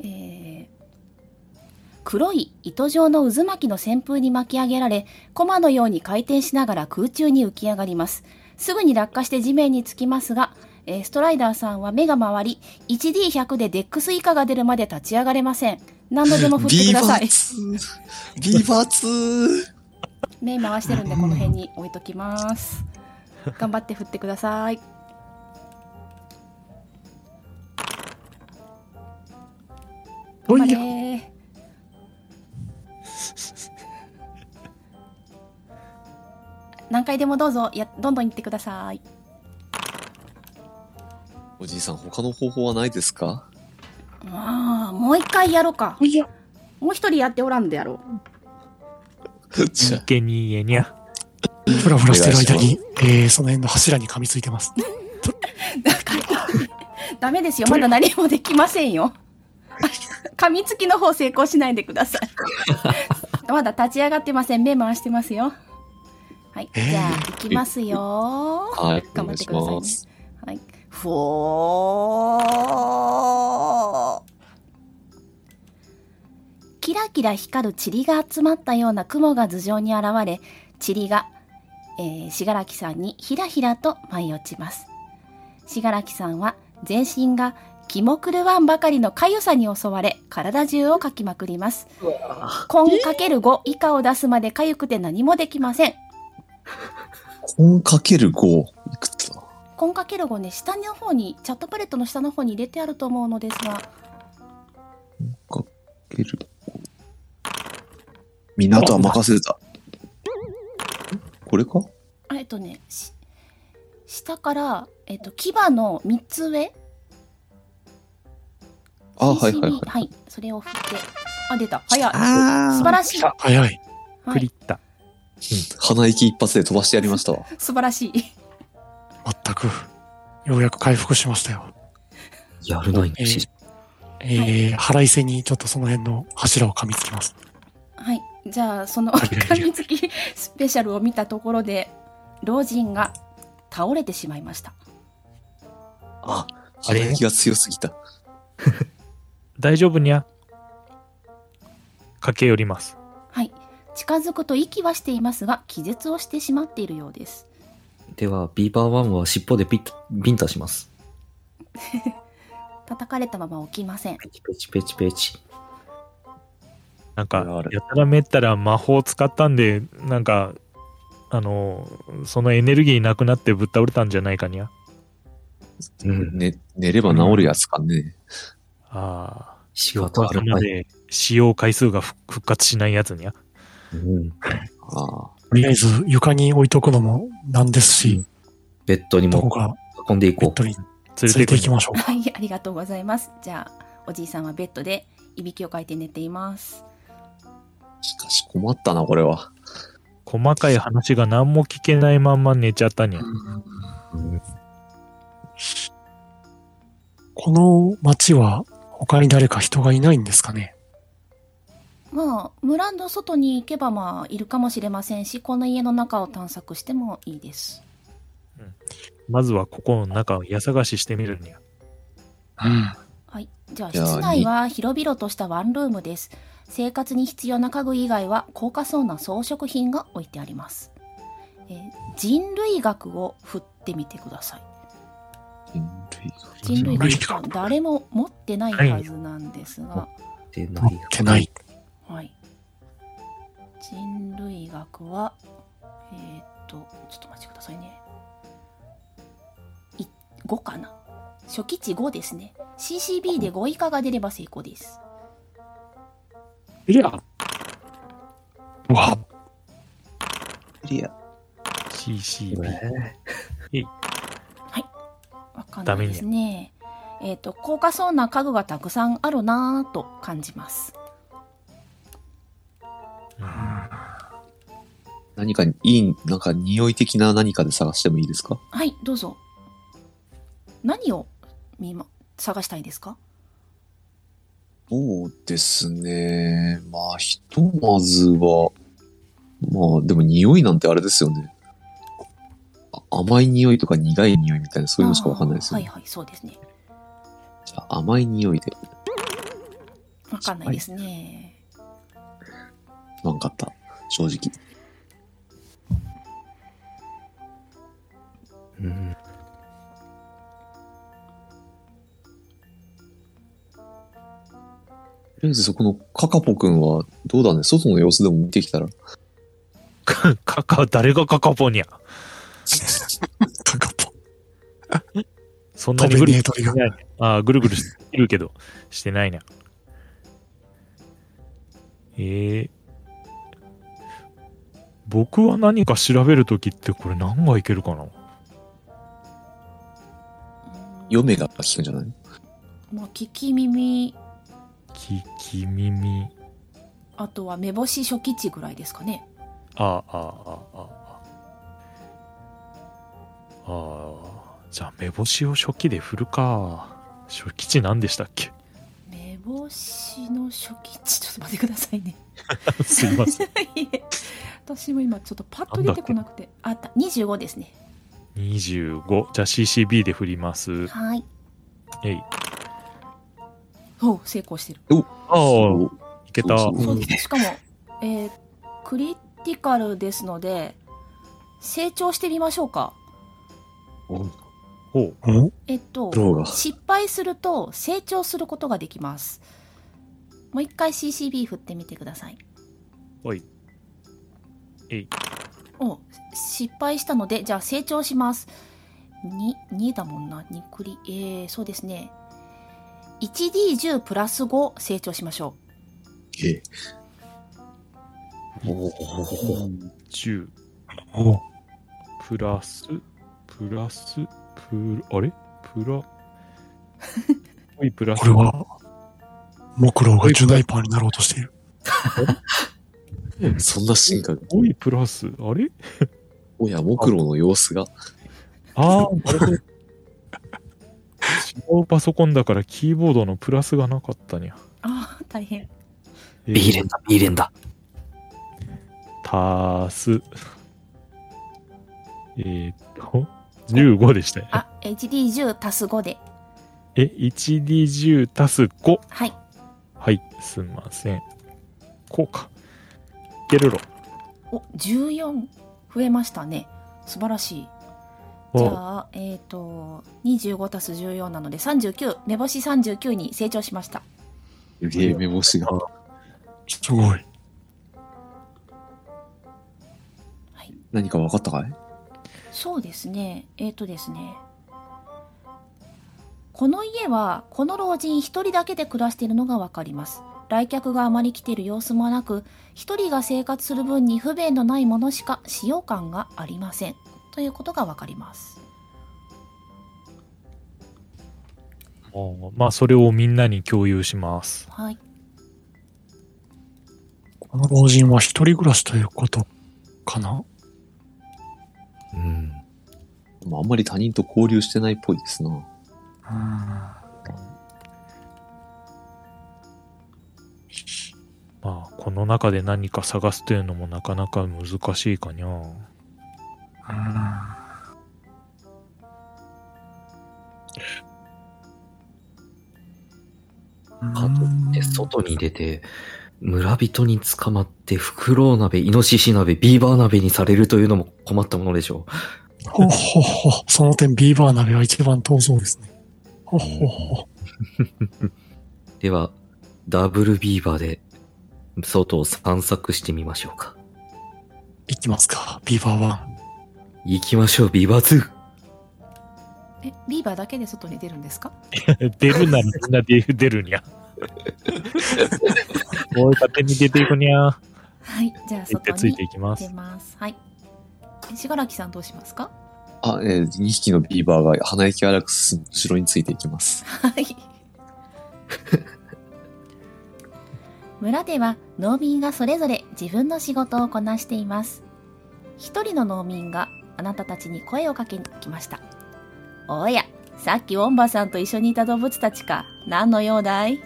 Speaker 1: えー黒い糸状の渦巻きの旋風に巻き上げられ、コマのように回転しながら空中に浮き上がります。すぐに落下して地面につきますが、えーストライダーさんは目が回り、1D100 でデックス以下が出るまで立ち上がれません。何度でも振 ってください。
Speaker 3: ビーバーツー
Speaker 1: 目回してるんでこの辺に置いときます頑張って振ってください
Speaker 4: お
Speaker 1: 頑
Speaker 4: い
Speaker 1: 張
Speaker 4: や
Speaker 1: れ何回でもどうぞやどんどん言ってください
Speaker 3: おじいさん、他の方法はないですか
Speaker 1: ああもう一回やろうか
Speaker 2: おいや。
Speaker 1: もう一人やっておらんでやろう
Speaker 3: じゃあ、
Speaker 4: けにえにゃ。
Speaker 2: ふらふらしてる間に、えーその辺の柱に噛みついてます。
Speaker 1: だからダメですよまだ何もできませんよ噛みつきの方成功しないでくださ いまだ立ち上がってません目回してますよはい
Speaker 2: えー
Speaker 1: じゃあ行きますよ
Speaker 3: はい、お
Speaker 1: 頑張
Speaker 3: 願
Speaker 1: っ
Speaker 3: い
Speaker 1: て
Speaker 3: し
Speaker 1: くださいね
Speaker 3: ます。
Speaker 1: はいふおーキラキラ光る塵が集まったような雲が頭上に現れ塵が、えー、しがらきさんにひらひらと舞い落ちますしがらきさんは全身がキモクルワンばかりのかゆさに襲われ体中をかきまくりますコンかける5以下を出すまでかゆくて何もできません
Speaker 3: 本かける5、いくつだ
Speaker 1: コンかける5ね下の方にチャットパレットの下の方に入れてあると思うのですが
Speaker 3: かける港は任せるだ。これか
Speaker 1: あえっとねし下から、えっと、牙の3つ上
Speaker 3: あ、はいはいは
Speaker 1: PCB
Speaker 3: い。
Speaker 1: はいそれを振ってあ出た早い
Speaker 3: あー
Speaker 1: 素晴らしい、
Speaker 2: 早い。
Speaker 1: は
Speaker 4: ク
Speaker 1: い
Speaker 4: リ、ッタ。
Speaker 3: 鼻息一発で飛ばしてやりましたわ。
Speaker 1: 素晴らしい
Speaker 2: 全く。ようやく回復しましたよ。
Speaker 5: やるないん
Speaker 2: え
Speaker 5: で
Speaker 2: ー
Speaker 5: す。
Speaker 2: えー腹いせにちょっとその辺の柱を噛みつきます。
Speaker 1: はいじゃあその
Speaker 2: いやいや
Speaker 1: 噛みつきスペシャルを見たところで老人が倒れてしまいました
Speaker 3: あ、
Speaker 4: あれ
Speaker 3: 鼻息が強すぎた。
Speaker 4: 大丈夫にゃ。駆け寄ります。
Speaker 1: はい近づくと息はしていますが気絶をしてしまっているようです
Speaker 5: では、ビーバーワンは尻尾でピッビンタします。
Speaker 1: 叩かれたまま起きません
Speaker 5: ペチペチペチペチ。
Speaker 4: なん
Speaker 3: あるあ
Speaker 4: か、
Speaker 3: る
Speaker 4: やたらめったら魔法使ったんで、なんか、あの、そのエネルギーなくなってぶっ倒れたんじゃないかにゃ。
Speaker 5: うん。
Speaker 3: ね、寝れば治るやつかね。
Speaker 4: ああ。
Speaker 5: 仕事ある
Speaker 4: ま
Speaker 5: まい。
Speaker 4: で使用回数が復復活しないやつにゃ。
Speaker 5: うん。
Speaker 3: ああ。
Speaker 2: とりあえず床に置いとくのもなんですし、
Speaker 5: ベッドに
Speaker 2: どこ
Speaker 5: も
Speaker 2: か
Speaker 5: 運んでい
Speaker 2: ベッ
Speaker 5: こ
Speaker 2: ドに
Speaker 4: 連
Speaker 2: 連
Speaker 4: れ
Speaker 2: れ
Speaker 4: て
Speaker 2: て
Speaker 4: 行
Speaker 2: 行
Speaker 4: き
Speaker 2: き
Speaker 4: ま。
Speaker 2: ますしょう。
Speaker 1: はい、ありがとうございます。じゃあ、おじいさんはベッドでいびきをかいて寝ています。
Speaker 3: しかし困ったな、これは。
Speaker 4: 細かい話が何も聞けないまんま寝ちゃったにゃ。
Speaker 2: この町は他に誰か人がいないんですかね。
Speaker 1: まあ、村の外に行けば、まあ、いるかもしれませんし、この家の中を探索してもいいです。
Speaker 4: まずはここの中を家探ししてみるにゃ。
Speaker 1: はい、じゃあ、
Speaker 3: じゃあ
Speaker 1: 室内は広々としたワンルームです。生活に必要な家具以外は、高価そうな装飾品が置いてあります。えー人類学を振ってみてください。
Speaker 3: 人類
Speaker 1: 人類
Speaker 2: 人類
Speaker 1: 学
Speaker 2: 学
Speaker 1: 誰も持ってないはずなんですが。
Speaker 5: うってな
Speaker 2: 持っ
Speaker 5: い。
Speaker 2: てない。
Speaker 1: はい。人類学は、えーっと、ちょっとお待ちくださいね。い5かな。初期値5ですね。CCB で5以下が出れば成功です。
Speaker 2: いりゃ。うわ、
Speaker 3: いや、
Speaker 4: CCB。
Speaker 1: わかんないですね。えーっと、高価そうな家具がたくさんあるなぁと感じます。
Speaker 3: 何かいい、なんか匂い的な何かで探してもいいですか
Speaker 1: はい、どうぞ。何を見ま、探したいですか
Speaker 3: そうですね。まあ、ひとまずは、まあ、でも匂いなんてあれですよね。甘い匂いとか苦い匂いみたいな、そういうのしかわかんないですよ、
Speaker 1: はい
Speaker 3: ね
Speaker 1: はい、そうですね。
Speaker 3: じゃあ甘い匂いで、
Speaker 1: わかんないですね。
Speaker 3: なんかあった。正直。
Speaker 5: うん
Speaker 3: とりあえずそこのカカポくんはどうだね外の様子でも見てきたら。
Speaker 4: か かか誰がカカポニャ
Speaker 2: カカポ。
Speaker 4: そんなに
Speaker 2: 飛
Speaker 4: ぐ
Speaker 2: べね
Speaker 4: る
Speaker 2: え
Speaker 4: ぐ
Speaker 2: 鳥
Speaker 4: る
Speaker 2: が。
Speaker 4: あーぐるぐるしてるけど してないなえー、僕は何か調べるときってこれ何がいけるかな
Speaker 1: うん
Speaker 3: 嫁が聞くんじゃない
Speaker 1: まあ、聞き耳、
Speaker 4: 聞き耳
Speaker 1: あとは目星初期値ぐらいですかね。
Speaker 4: あああああああーじゃあ目星を初期で振るか初期値何でしたっけ
Speaker 1: 目星の初期値、ちょっと待ってくださいね。
Speaker 4: すいません
Speaker 1: いえ私も今ちょっとパッと出てこなくて。あった、25ですね。
Speaker 4: 25じゃあ CCB で振ります
Speaker 1: はい。
Speaker 4: えい
Speaker 1: おう成功してる。
Speaker 4: ああ
Speaker 3: そう
Speaker 4: いけた
Speaker 3: そうそう
Speaker 1: そう
Speaker 3: うん
Speaker 1: しかも、えークリティカルですので、成長してみましょうか。
Speaker 3: お
Speaker 4: ほう
Speaker 2: うん
Speaker 1: えっと
Speaker 3: 苦、労が。
Speaker 1: 失敗すると成長することができますもう一回 CCB 振ってみてください
Speaker 4: おいえい
Speaker 1: お失敗したのでじゃあ成長します2 2だもんな2クリえー、そうですね 1D10 プラス5成長しましょ
Speaker 3: ええ
Speaker 4: お10
Speaker 2: おう
Speaker 4: プラスプラスプラあれプ ラおいプラス
Speaker 2: これは、木狼がジュナイパーになろうとしている。
Speaker 3: そんな進化が。
Speaker 4: おいプラスあれ
Speaker 3: おや、木狼の様子が。
Speaker 4: ああ、あれこれ違うパソコンだからキーボードのプラスがなかったにゃ。
Speaker 1: うあー大変
Speaker 4: え
Speaker 5: B 連だ、B 連だ。
Speaker 4: 足す。えーっと、15でしたよね。
Speaker 1: あ 1D10 足す5で
Speaker 4: え、1D10 足す5。
Speaker 1: はい
Speaker 4: はい、すんません。こうか。ゲルロ。
Speaker 1: お14増えましたね素晴らしいじゃ
Speaker 4: お
Speaker 1: あえっ、と25足す14なので39目星39に成長しました
Speaker 3: すげえ、目星が。
Speaker 2: すごい。
Speaker 3: 何か分かったかい
Speaker 1: そうですね。えっ、とですね。この家は、この老人一人だけで暮らしているのがわかります。来客があまり来ている様子もなく、一人が生活する分に不便のないものしか使用感がありません。ということがわかります。
Speaker 4: おまあ、それをみんなに共有します。
Speaker 1: はい。
Speaker 2: この老人は一人暮らしということかな
Speaker 5: うん。
Speaker 3: でもあんまり他人と交流してないっぽいですな。
Speaker 2: うん
Speaker 4: まあ、この中で何か探すというのもなかなか難しいかにゃ。
Speaker 2: うん。
Speaker 5: かといって外に出て、村人に捕まって、フクロウ鍋、イノシシ鍋、ビーバー鍋にされるというのも困ったものでしょ
Speaker 2: ほっほっほ。その点、ビーバー鍋は一番遠そうですね。ほっほっほ。
Speaker 5: う。では、ダブルビーバーで、外を散策してみましょうか。
Speaker 2: いきますか。ビーバーワン。
Speaker 5: 行きましょう、ビーバー 2!
Speaker 1: え、ビーバーだけで外に出るんですか
Speaker 4: 出るならみんな出る出るにゃ。おい、勝手に出ていくにゃ。
Speaker 1: はい。じゃあ、
Speaker 4: 行っ
Speaker 1: 外
Speaker 4: てつい
Speaker 1: に
Speaker 4: ていきま
Speaker 1: 出
Speaker 4: す。
Speaker 1: ます。はい。え信楽さんどうしますか
Speaker 3: あ、えー、2匹のビーバーが鼻息荒く進む後ろについていきます。
Speaker 1: はい。村では農民がそれぞれ自分の仕事をこなしています。一人の農民があなたたちに声をかけに来ました。おや、さっきウォンバさんと一緒にいた動物たちか。何の用だい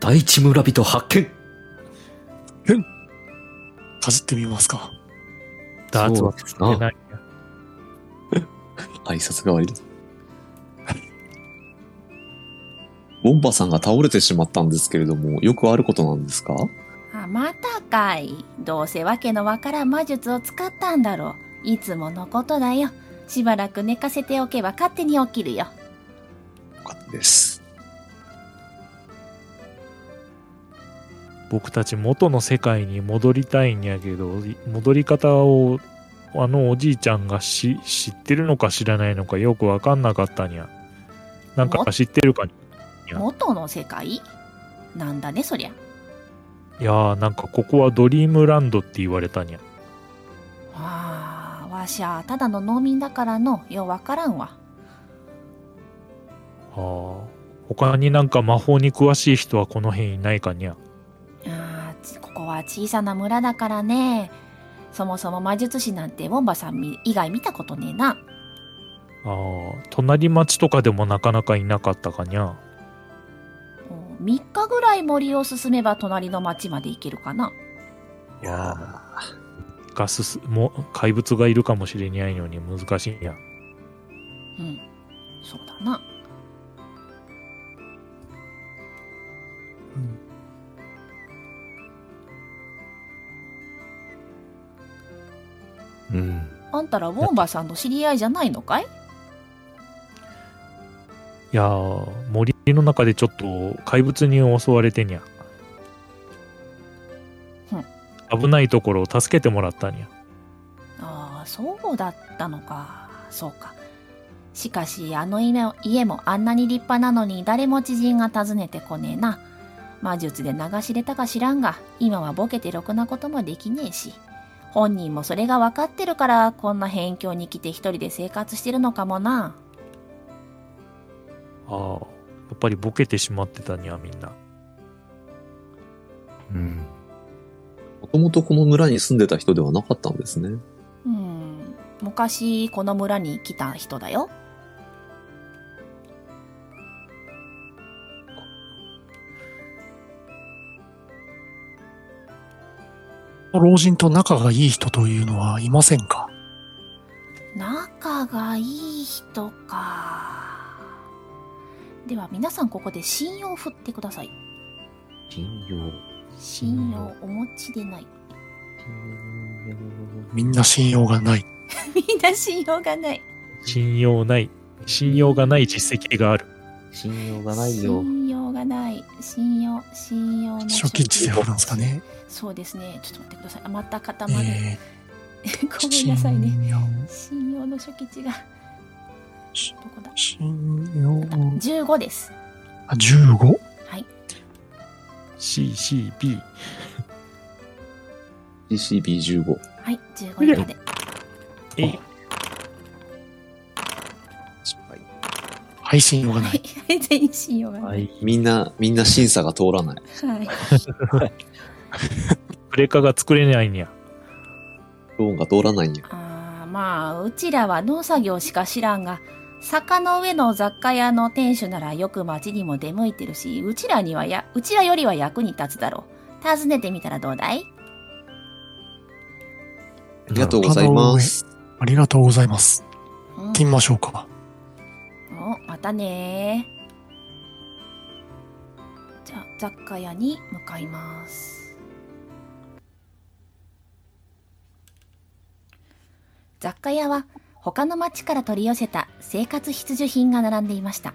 Speaker 5: 第一村人発見
Speaker 2: かじってみますか。
Speaker 4: ダーツは
Speaker 5: です
Speaker 4: いけ
Speaker 5: か。
Speaker 4: ない
Speaker 3: 挨拶代わりだ。 ボンバさんが倒れてしまったんですけれども、よくあることなんですか
Speaker 1: あまたかいどうせわけのわからん魔術を使ったんだろういつものことだよしばらく寝かせておけば勝手に起きるよ
Speaker 3: よかったです。
Speaker 4: 僕たち元の世界に戻りたいんやけど戻り方をあのおじいちゃんがし知ってるのか知らないのかよく分かんなかったにゃなんか知ってるかにや
Speaker 1: 元の世界なんだねそりゃ
Speaker 4: いやーなんかここはドリームランドって言われたにゃ
Speaker 1: ああわしゃただの農民だからのようわからんわ
Speaker 4: あー他になんか魔法に詳しい人はこの辺いないかにゃ
Speaker 1: あーちここは小さな村だからねそもそも魔術師なんてウォンバさんみ以外見たことねえな
Speaker 4: あー隣町とかでもなかなかいなかったかにゃ
Speaker 1: うん3日ぐらい森を進めば隣の町まで行けるかない
Speaker 3: や
Speaker 4: ガスすも怪物がいるかもしれないのに難しいんや
Speaker 1: うんそうだな
Speaker 5: うん。
Speaker 1: あんたらウォンバさんの知り合いじゃないのかい
Speaker 4: いやー森の中でちょっと怪物に襲われてにゃ危ないところを助けてもらったにゃ
Speaker 1: ああそうだったのかそうかしかしあの家も家もあんなに立派なのに誰も知人が訪ねてこねえな魔術で流し入れたか知らんが今はボケてろくなこともできねえし本人もそれが分かってるからこんな辺境に来て一人で生活してるのかもな
Speaker 4: あーやっぱりボケてしまってたにゃみんな
Speaker 5: うん。
Speaker 3: もともとこの村に住んでた人ではなかったんですね。
Speaker 1: うん昔この村に来た人だよ
Speaker 2: 老人と仲がいい人というのはいませんか
Speaker 1: 仲がいい人かでは皆さんここで信用を振ってください
Speaker 5: 信用。
Speaker 1: 信用お持ちでない
Speaker 2: みんな信用がない。
Speaker 1: みんな信用がない
Speaker 4: 信用ない信用がない実績がある
Speaker 5: 信用がないよ。
Speaker 1: 信用がない信用信用の
Speaker 2: 初期値であるんですかね。
Speaker 1: そうですねちょっと待ってくださいあまた固まる、
Speaker 2: え
Speaker 1: ごめんなさいね
Speaker 2: 信用
Speaker 1: 信用の初期値が
Speaker 2: し
Speaker 1: どこだ
Speaker 2: ー、信用、
Speaker 1: 15です
Speaker 2: あ、15。
Speaker 4: CCB
Speaker 3: DCB15。
Speaker 1: はい15まで
Speaker 4: えい
Speaker 3: 失敗。
Speaker 2: はい、信用がな。
Speaker 1: はいい全員信用がない、
Speaker 5: い。
Speaker 3: みんな、みんな審査が通らない。
Speaker 1: はい、
Speaker 4: プレカが作れないにゃ
Speaker 3: ローンが通らないんや。
Speaker 1: あーまあうちらは農作業しか知らんが坂の上の雑貨屋の店主ならよく町にも出向いてるしうちらにはやうちらよりは役に立つだろう訪ねてみたらどうだい
Speaker 3: ありがとうございます。
Speaker 2: ありがとうございます。
Speaker 1: うん
Speaker 2: 行ってみましょうか。
Speaker 1: おまたねーじゃあ雑貨屋に向かいます雑貨屋は他の町から取り寄せた生活必需品が並んでいました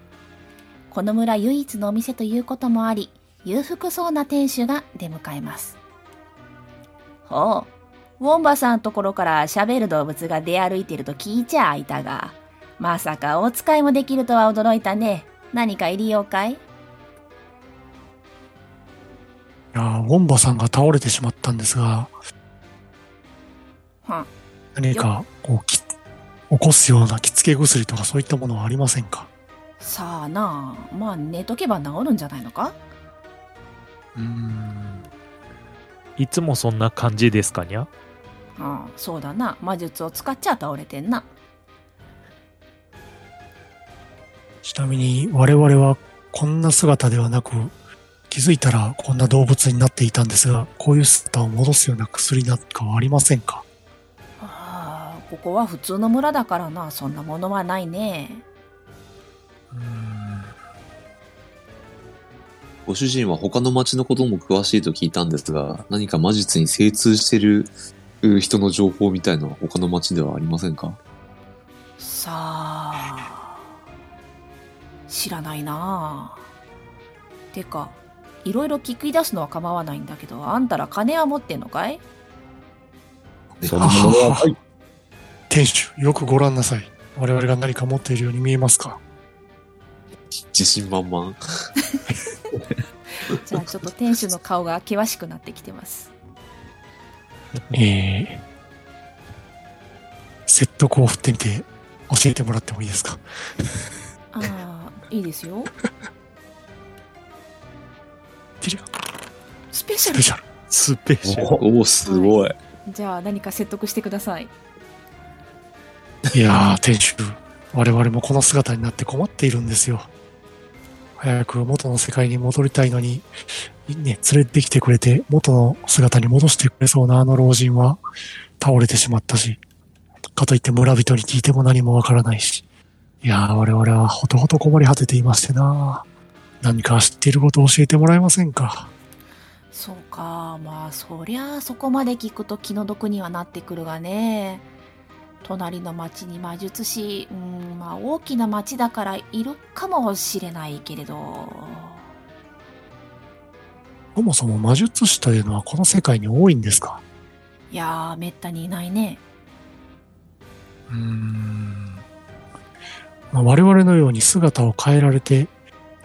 Speaker 1: この村唯一のお店ということもあり裕福そうな店主が出迎えますほうウォンバさんところから喋る動物が出歩いてると聞いちゃあいたがまさかお使いもできるとは驚いたね。何か入りようかい
Speaker 2: いやーウォンバさんが倒れてしまったんですが、
Speaker 1: はん
Speaker 2: 何か、こう、き起こすような着付け薬とかそういったものはありませんか
Speaker 1: さあなあ、まあ寝とけば治るんじゃないのか
Speaker 2: うーん。
Speaker 4: いつもそんな感じですかにゃ
Speaker 1: ああ、そうだな。魔術を使っちゃ倒れてんな。
Speaker 2: ちなみに、我々はこんな姿ではなく、気づいたらこんな動物になっていたんですが、こういう姿を戻すような薬なんかはありませんか
Speaker 1: あここは普通の村だからなそんなものはないね
Speaker 3: ご主人は他の町のことも詳しいと聞いたんですが、何か魔術に精通してるう人の情報みたいのは他の町ではありませんか
Speaker 1: さあ知らないなあてかいろいろ聞き出すのは構わないんだけどあんたら金は持ってんのかい
Speaker 5: そんなものはない。
Speaker 2: 店主、よくご覧なさい。我々が何か持っているように見えますか
Speaker 3: 自信満々。
Speaker 1: じゃあちょっと店主の顔が険しくなってきてます
Speaker 2: えー、説得を振ってみて教えてもらってもいいですか
Speaker 1: ああいいですよ
Speaker 2: テレビ
Speaker 1: スペシ
Speaker 2: ス
Speaker 1: ャ
Speaker 2: ペ
Speaker 1: ル
Speaker 2: シャル。
Speaker 4: スペシャル。
Speaker 3: おお、すごい。
Speaker 1: じゃあ何か説得してください
Speaker 2: いやー、店主、我々もこの姿になって困っているんですよ。早く元の世界に戻りたいのに、ね、連れてきてくれて、元の姿に戻してくれそうなあの老人は倒れてしまったし、かといって村人に聞いても何もわからないし。いやー、我々はほとほと困り果てていましてな何か知っていることを教えてもらえませんか
Speaker 1: そうかまあそりゃあそこまで聞くと気の毒にはなってくるがね隣の町に魔術師うんまあ大きな町だからいるかもしれないけれど
Speaker 2: そもそも魔術師というのはこの世界に多いんですか
Speaker 1: いやーめったにいないね
Speaker 2: うーんまあ、我々のように姿を変えられて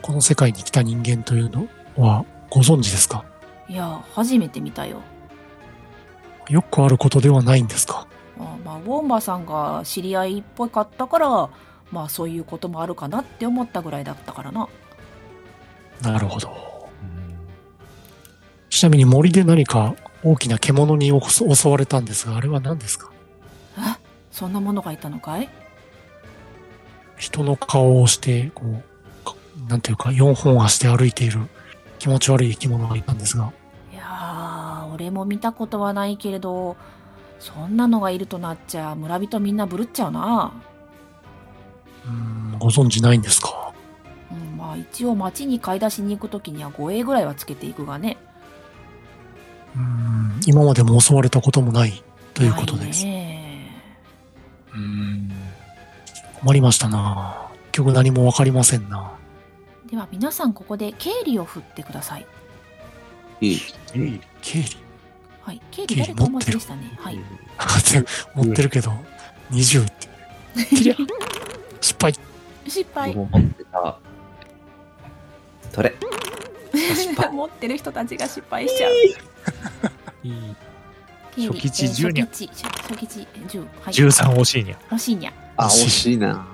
Speaker 2: この世界に来た人間というのはご存知ですか
Speaker 1: いや初めて見たよ
Speaker 2: よくあることではないんですか
Speaker 1: あまあウォンバさんが知り合いっぽかったからまあそういうこともあるかなって思ったぐらいだったからな
Speaker 2: なるほど。ちなみに森で何か大きな獣に襲襲われたんですが、あれは何ですか
Speaker 1: えそんなものがいたのかい
Speaker 2: 人の顔をして、こうか、なんていうか、四本足で歩いている気持ち悪い生き物がいたんですが、
Speaker 1: いやー俺も見たことはないけれどそんなのがいるとなっちゃ村人みんなぶるっちゃうな、
Speaker 2: うーん、ご存知ないんですか
Speaker 1: うん、まあ一応町に買い出しに行く時には護衛ぐらいはつけていくがね
Speaker 2: うーん、今までも襲われたこともないということです。
Speaker 1: ないね
Speaker 2: 困りましたな結局何もわかりませんな
Speaker 1: では皆さんここで経理を振ってください
Speaker 3: いい
Speaker 2: 経理
Speaker 1: はい経理誰かお持ちでしたねはい
Speaker 2: 持ってるけど20って失敗
Speaker 1: 失敗
Speaker 5: 僕も持ってたそれ。失 敗
Speaker 1: 持ってる人たちが失敗しちゃう経理
Speaker 4: 初期値
Speaker 1: えー
Speaker 4: 10にゃ
Speaker 1: 初期値初期値10はい
Speaker 4: 13惜しいにゃ。
Speaker 1: 惜しいにゃ
Speaker 3: あ、惜しいな。
Speaker 1: は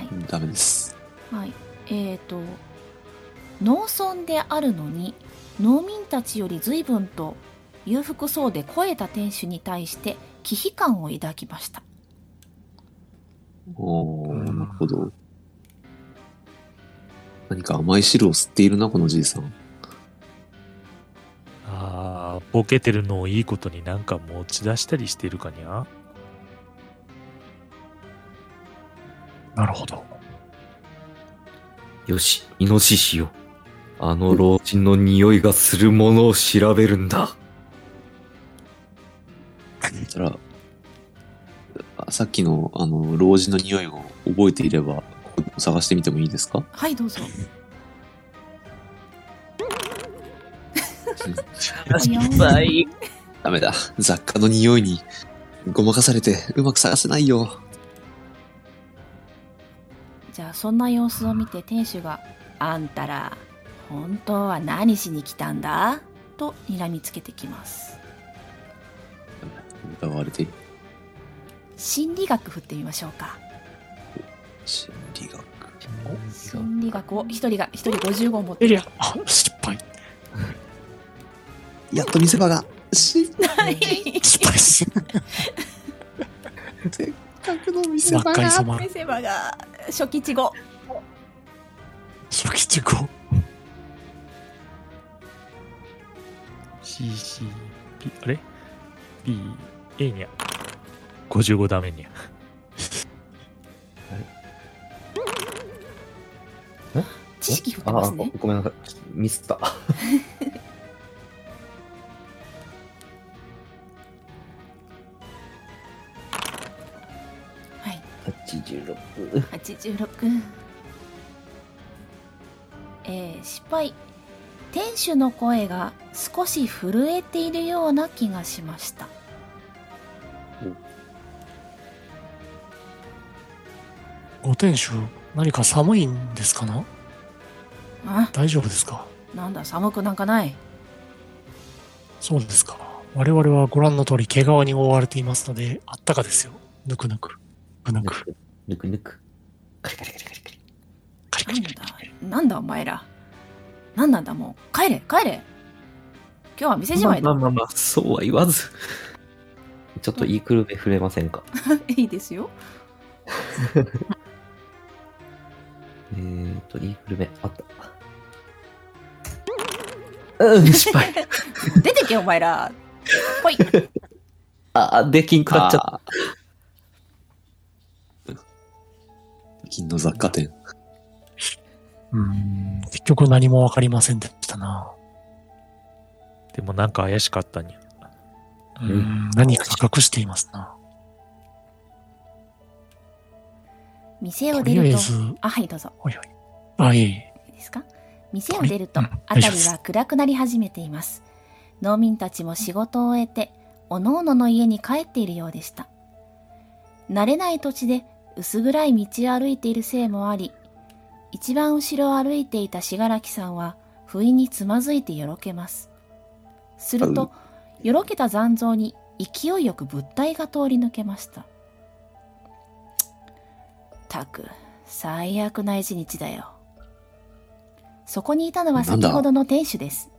Speaker 1: い
Speaker 3: ダメです。
Speaker 1: はい、えー、と農村であるのに農民たちより随分と裕福そうで肥えた店主に対して忌避感を抱きました
Speaker 3: おー、なるほど。何か甘い汁を吸っているな、このじいさん。
Speaker 4: ああ、ボケてるのをいいことになんか持ち出したりしてるかにゃ。
Speaker 2: なるほど
Speaker 5: よし、イノシシよ。あの老人の匂いがするものを調べるんだ。
Speaker 3: そしたら、あさっきの、あの、老人の匂いを覚えていれば、探してみてもいいです か
Speaker 1: はいどうぞ失敗
Speaker 3: ダメだ。雑貨の匂いにごまかされてうまく探せないよ。
Speaker 1: じゃあそんな様子を見て店主が「あんたら本当は何しに来たんだ?」と睨みつけてきます
Speaker 3: 疑われている。
Speaker 1: 心理学振ってみましょうか
Speaker 3: 心理学。
Speaker 1: 心理学を一人が一人55を持って
Speaker 2: エリアあ失敗
Speaker 3: やっと見せ場が。失
Speaker 1: ない
Speaker 2: 失敗し
Speaker 3: 格の見
Speaker 2: 真っ赤 に染ま
Speaker 1: 見
Speaker 2: る
Speaker 1: せ場が初期値5
Speaker 2: 初期中古
Speaker 4: ひひ、ぴ、あれ ?B、A にゃ。 55ダメに。
Speaker 1: 知識振って
Speaker 5: あ
Speaker 1: ま
Speaker 5: あ、
Speaker 1: すね。
Speaker 5: ごめんなさい。ミスった。
Speaker 1: はい。
Speaker 5: 86。
Speaker 1: 86えー失敗店主の声が少し震えているような気がしました
Speaker 2: ご店主、何か寒いんですかな
Speaker 1: あ
Speaker 2: 大丈夫ですか
Speaker 1: なんだ寒くなんかない
Speaker 2: そうですか。我々はご覧の通り毛皮に覆われていますので、あったかですよ。ぬくぬく。ぬくぬく。
Speaker 5: ぬくぬく。カリカリカリカリカリ。
Speaker 2: カ
Speaker 1: なん
Speaker 2: リカリ
Speaker 1: だ
Speaker 2: カリカリ。
Speaker 1: なんだお前らなんなんだもう帰れ帰れ今日は店じまい
Speaker 5: まあ
Speaker 1: だ
Speaker 5: まあまあ、そうは言わず。ちょっと言いくるめ触れませんか。
Speaker 1: いいですよ
Speaker 5: えーと、言いくるめ、あった。うん、失敗。
Speaker 1: 出てけお前らほい
Speaker 5: あ、できんくなっちゃった。
Speaker 3: 金の雑貨店。
Speaker 2: うーん。結局何もわかりませんでしたな。
Speaker 4: でもなんか怪しかったに。
Speaker 2: う。
Speaker 5: うん
Speaker 2: 何か隠していますな。
Speaker 1: 店を
Speaker 2: と
Speaker 1: 出
Speaker 2: りあ
Speaker 1: る
Speaker 2: え
Speaker 1: と
Speaker 2: ず、
Speaker 1: あはいどうぞ
Speaker 2: はいはい。あ、いえいえ。
Speaker 1: いいですか店を出ると
Speaker 2: うん
Speaker 1: 辺りは暗くなり始めています農民たちも仕事を終えておのおのの家に帰っているようでした慣れない土地で薄暗い道を歩いているせいもあり一番後ろを歩いていた信楽さんは不意につまずいてよろけますするとよろけた残像に勢いよく物体が通り抜けましたたく最悪な一日だよそこにいたのは
Speaker 3: なん
Speaker 1: 先
Speaker 3: だ
Speaker 1: ほどの店主です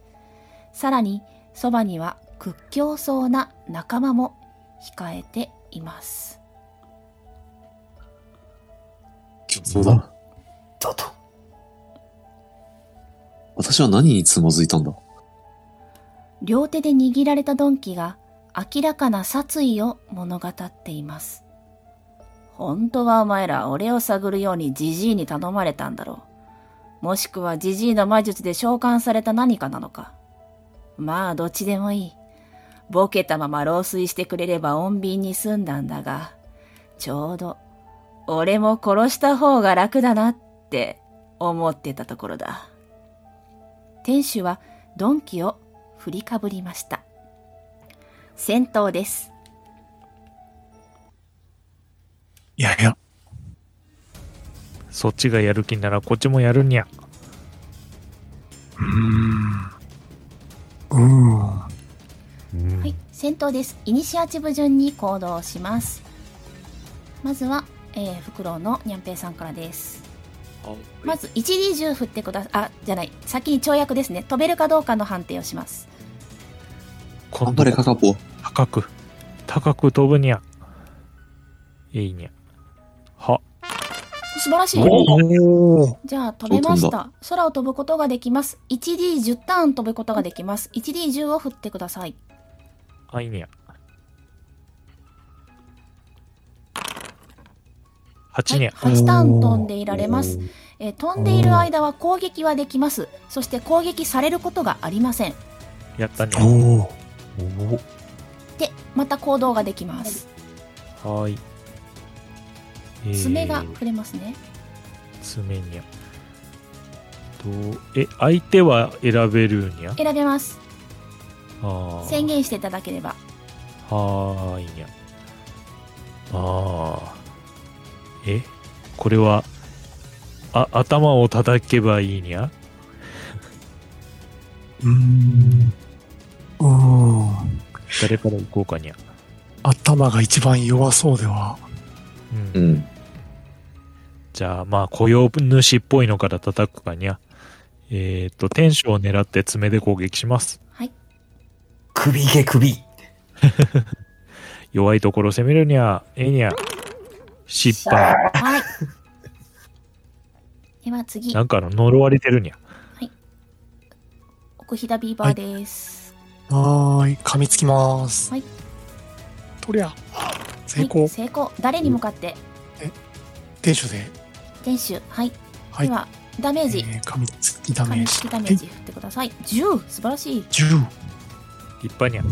Speaker 1: さらにそばには屈強そうな仲間も控えています
Speaker 3: そうだ。
Speaker 5: だと。
Speaker 3: 私は何につまずいたんだ
Speaker 1: 両手で握られた鈍器が明らかな殺意を物語っています。本当はお前ら俺を探るようにジジイに頼まれたんだろう。もしくはジジイの魔術で召喚された何かなのか。まあどっちでもいい。ボケたまま老衰してくれれば穏便に済んだんだが、ちょうど俺も殺した方が楽だなって思ってたところだ。店主は鈍器を振りかぶりました戦闘です
Speaker 2: いやいや、
Speaker 4: そっちがやる気ならこっちもやるにゃ。
Speaker 2: うーん。うーん。
Speaker 4: うん
Speaker 1: はい戦闘ですイニシアチブ順に行動しますまずは、えー、フクロウのニャンペイさんからですまず 1D10 振ってくださいあじゃない先に跳躍ですね飛べるかどうかの判定をします
Speaker 4: 今
Speaker 3: 頑張
Speaker 4: 度
Speaker 3: れ、カカポ。
Speaker 4: 高く、高く飛ぶにゃ。いいにゃ。は、
Speaker 1: 素晴らしい
Speaker 2: おお
Speaker 1: じゃあ飛べまし
Speaker 3: お飛ん
Speaker 1: た空を飛ぶことができます 1D10 ターン飛ぶことができます 1D10 を振ってください
Speaker 4: あいにゃ。
Speaker 1: は
Speaker 4: 8に
Speaker 1: い、
Speaker 4: ゃ。
Speaker 1: 8ターン飛んでいられます。えー飛んでいる間は攻撃はできます。そして攻撃されることがありません。
Speaker 4: やったにゃ。
Speaker 2: おお
Speaker 1: で、また行動ができます。
Speaker 4: はーい。えー
Speaker 1: 爪が触れますね。
Speaker 4: 爪にゃ。と、え、相手は選べるにゃ。
Speaker 1: 選べます。
Speaker 4: あー
Speaker 1: 宣言していただければ。
Speaker 4: はーいにゃ。ああ。えこれは、あ、頭を叩けばいいにゃ
Speaker 2: うーん。うーん。
Speaker 4: 誰から行こうかにゃ。
Speaker 2: 頭が一番弱そうでは。
Speaker 4: うん
Speaker 3: うん。
Speaker 4: じゃあ、まあ、雇用主っぽいのから叩くかにゃ。えっ、と、天使を狙って爪で攻撃します。
Speaker 1: はい。
Speaker 5: 首毛首。
Speaker 4: 弱いところ攻めるにゃ、ええにゃ。失敗。
Speaker 1: はい。では次
Speaker 4: な、んかの呪われてるにゃ。
Speaker 1: 奥飛騨ビーバーです。
Speaker 2: はーい。噛みつきます。
Speaker 1: はい。
Speaker 2: とりゃ。成功、
Speaker 1: はい、成功誰に向かって
Speaker 2: 天守で、
Speaker 1: 天守はい、
Speaker 2: はい
Speaker 1: ではダメー
Speaker 2: え
Speaker 1: ジ
Speaker 2: ー、噛みつきダメ
Speaker 1: 紙
Speaker 2: ー
Speaker 1: 付
Speaker 2: ジ。
Speaker 1: きダメ
Speaker 2: は
Speaker 1: ー
Speaker 2: い
Speaker 1: ジ振ってください10素晴らしい
Speaker 2: 10。
Speaker 4: 立派にゃ。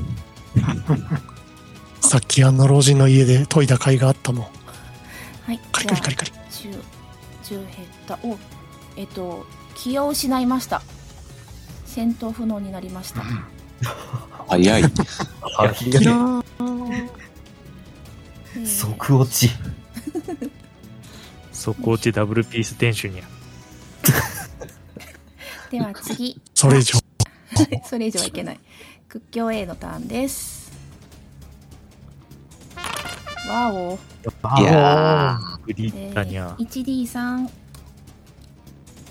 Speaker 2: さっきあの老人の家で研いだ甲斐があったの。
Speaker 1: はい
Speaker 2: カリ
Speaker 1: で
Speaker 2: カ
Speaker 1: は
Speaker 2: リカリカリ。
Speaker 1: 10 10減ったおえっと気を失いました戦闘不能になりました
Speaker 3: 早い。
Speaker 5: は
Speaker 2: キラ
Speaker 5: い。
Speaker 2: ーン
Speaker 1: えー
Speaker 5: 即落ち。
Speaker 4: 速落ちダブルピース天守にゃ。
Speaker 1: では次
Speaker 2: それ以上。
Speaker 1: それ以上はいけない屈強 A のターンですわお
Speaker 3: いやー、
Speaker 4: グリッタにゃ。
Speaker 1: 1D3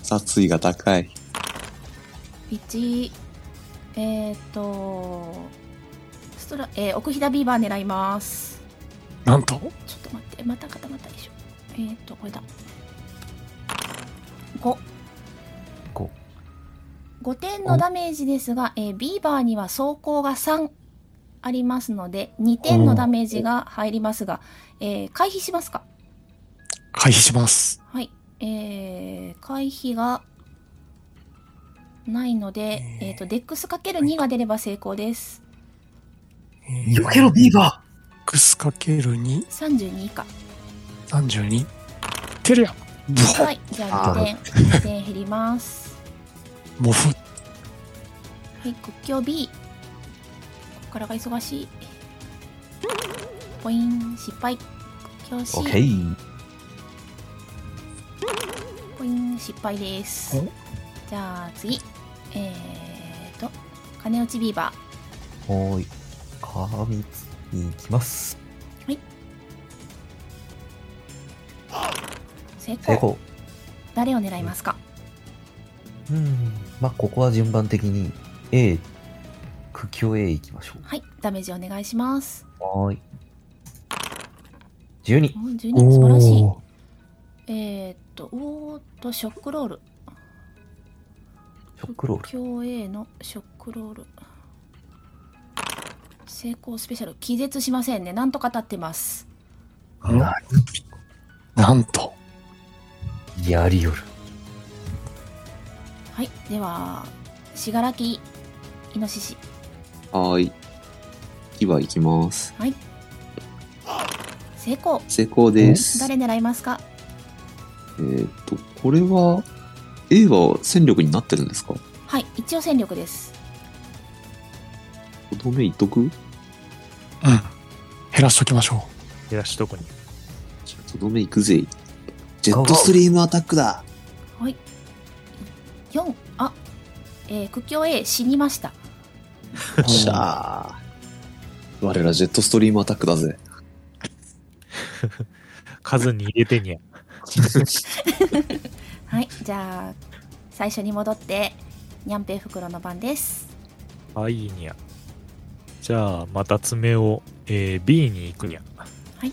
Speaker 3: 殺意が高い。
Speaker 1: 1えっ、とストラ、えー、奥飛騨ビーバー狙います
Speaker 2: なん
Speaker 1: ち
Speaker 2: と、
Speaker 1: ょっと待ってまた固まったでしょえっ、とこれだ5
Speaker 5: 5
Speaker 1: 5点のダメージですが、えービーバーには走行が3ありますので2点のダメージが入りますが、えー回避しますか
Speaker 2: 回避します。
Speaker 1: はい、えー、回避がないので、
Speaker 2: えー
Speaker 1: えっ、と、デックスかける2が出れば成功です。
Speaker 5: 避けろ、ビーバ
Speaker 2: クスかける2、
Speaker 1: 32以下。
Speaker 2: 32。テレアブホ
Speaker 1: はい、じゃあ
Speaker 5: あ
Speaker 1: 2点、2点減ります。
Speaker 2: モフ
Speaker 1: はい、屈強 B。ここからが忙しい。ポイン、失敗。屈強
Speaker 5: ー。オッ
Speaker 1: C。
Speaker 5: ケー。
Speaker 1: ポイン失敗です
Speaker 2: お
Speaker 1: じゃあ次えーと金内ビーバ
Speaker 5: はーい。かみつきに行きます。
Speaker 1: ー成功
Speaker 5: 成功。
Speaker 1: 誰を狙いますか
Speaker 5: うん。まあ、ここは順番的に A、苦境 A 行きましょ
Speaker 1: はいダメージお願いします
Speaker 5: う。はーい。12。
Speaker 1: お12
Speaker 2: お
Speaker 1: 素晴らしい
Speaker 2: ー
Speaker 1: えーとおーっとショックロール
Speaker 5: ショックロール。
Speaker 1: 競泳のショックロール成功スペシャル気絶しませんねなんとか立ってます
Speaker 2: ななんと、
Speaker 5: やりよる。
Speaker 1: はいでは信楽イノシシ
Speaker 3: はーい。木は行きます。
Speaker 1: はい成功
Speaker 3: 成功です。
Speaker 1: 誰狙いますか
Speaker 3: えーっと、これは、A は戦力になってるんですか
Speaker 1: はい一応戦力です
Speaker 3: とどめいっとく
Speaker 2: うん。減らしときましょ
Speaker 4: 減らしとこに。
Speaker 3: じゃあとどめいくぜ。ジェットストリームアタックだ
Speaker 1: はい。四、あ、えー、苦境 A 死にました。
Speaker 2: う。
Speaker 3: よっしゃー。我らジェットストリームアタックだぜ。
Speaker 4: 数に入れてにゃ。
Speaker 1: はい、じゃあ最初に戻ってニャンペイ袋の番です。
Speaker 4: はいいにゃ。じゃあ、また爪を、えー B に行くにゃ。
Speaker 1: はい。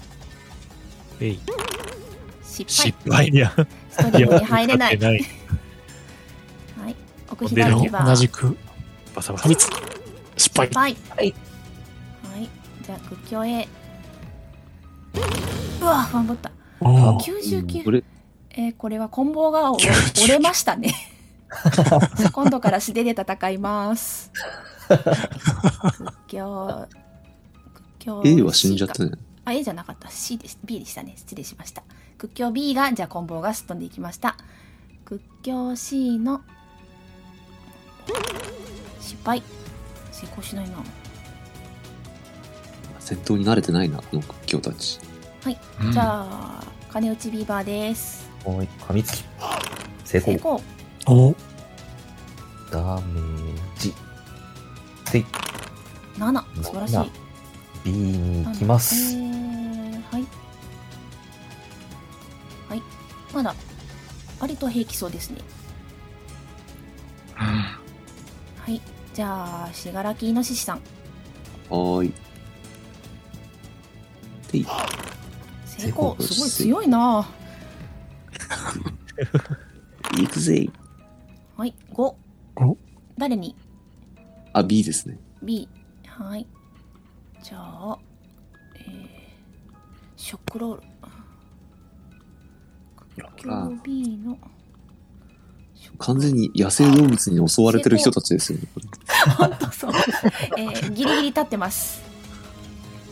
Speaker 4: えい。
Speaker 1: 失敗
Speaker 4: 失。敗にゃ。
Speaker 1: ストリングに入れない。
Speaker 4: いや勝
Speaker 1: はい。奥
Speaker 4: 出る
Speaker 1: 左
Speaker 4: よ
Speaker 1: に
Speaker 2: で
Speaker 1: は
Speaker 2: 同じく、
Speaker 4: バサバ
Speaker 2: 噛
Speaker 4: サ
Speaker 2: み。つき失敗
Speaker 1: 失。敗。
Speaker 5: はい。
Speaker 1: はい。じゃあ屈強 A。うわ、頑張った。
Speaker 2: おー
Speaker 1: 九
Speaker 3: う
Speaker 1: 十
Speaker 3: ん
Speaker 1: 九
Speaker 3: こ。れ、
Speaker 1: えーこれは棍棒が折
Speaker 2: 99
Speaker 1: 折れました ね。今度から素手で戦います。屈強。屈強
Speaker 3: A は死んじゃった
Speaker 1: C
Speaker 3: ね
Speaker 1: か。あ、A じゃなかった。C でし B でしたね。失礼しました。屈強 B が、じゃあ棍棒がすっ飛んでいきました。屈強 C の、失敗。成功しないな。
Speaker 3: 戦闘に慣れてないな、この屈強たち。
Speaker 2: うん
Speaker 1: じゃあ、金内ビーバーです。
Speaker 5: はーい。かみつき。成
Speaker 1: 成
Speaker 5: 功。
Speaker 1: 功。
Speaker 2: おー
Speaker 5: ダメージ。で、
Speaker 1: 7。素晴らしい
Speaker 5: 七。B に行き
Speaker 1: な
Speaker 5: ま
Speaker 1: んだ
Speaker 5: す
Speaker 1: え。ーはい。はい。まだ、割と平気そうですね。はい。じゃあ、しがらきいのししさん。
Speaker 3: はーい。でい
Speaker 1: 成功。
Speaker 3: 成功
Speaker 1: すごい強いな
Speaker 3: 行くぜ。
Speaker 1: はい。5。
Speaker 2: 五
Speaker 1: 誰に
Speaker 3: あ、B ですね。
Speaker 1: ?B。はい。じゃあ、えーショックロール。
Speaker 3: ほら
Speaker 1: QB の。
Speaker 3: 完全に野生動物に襲われてる人たちですよね。これ
Speaker 1: 本当そう。えーギリギリ立ってます。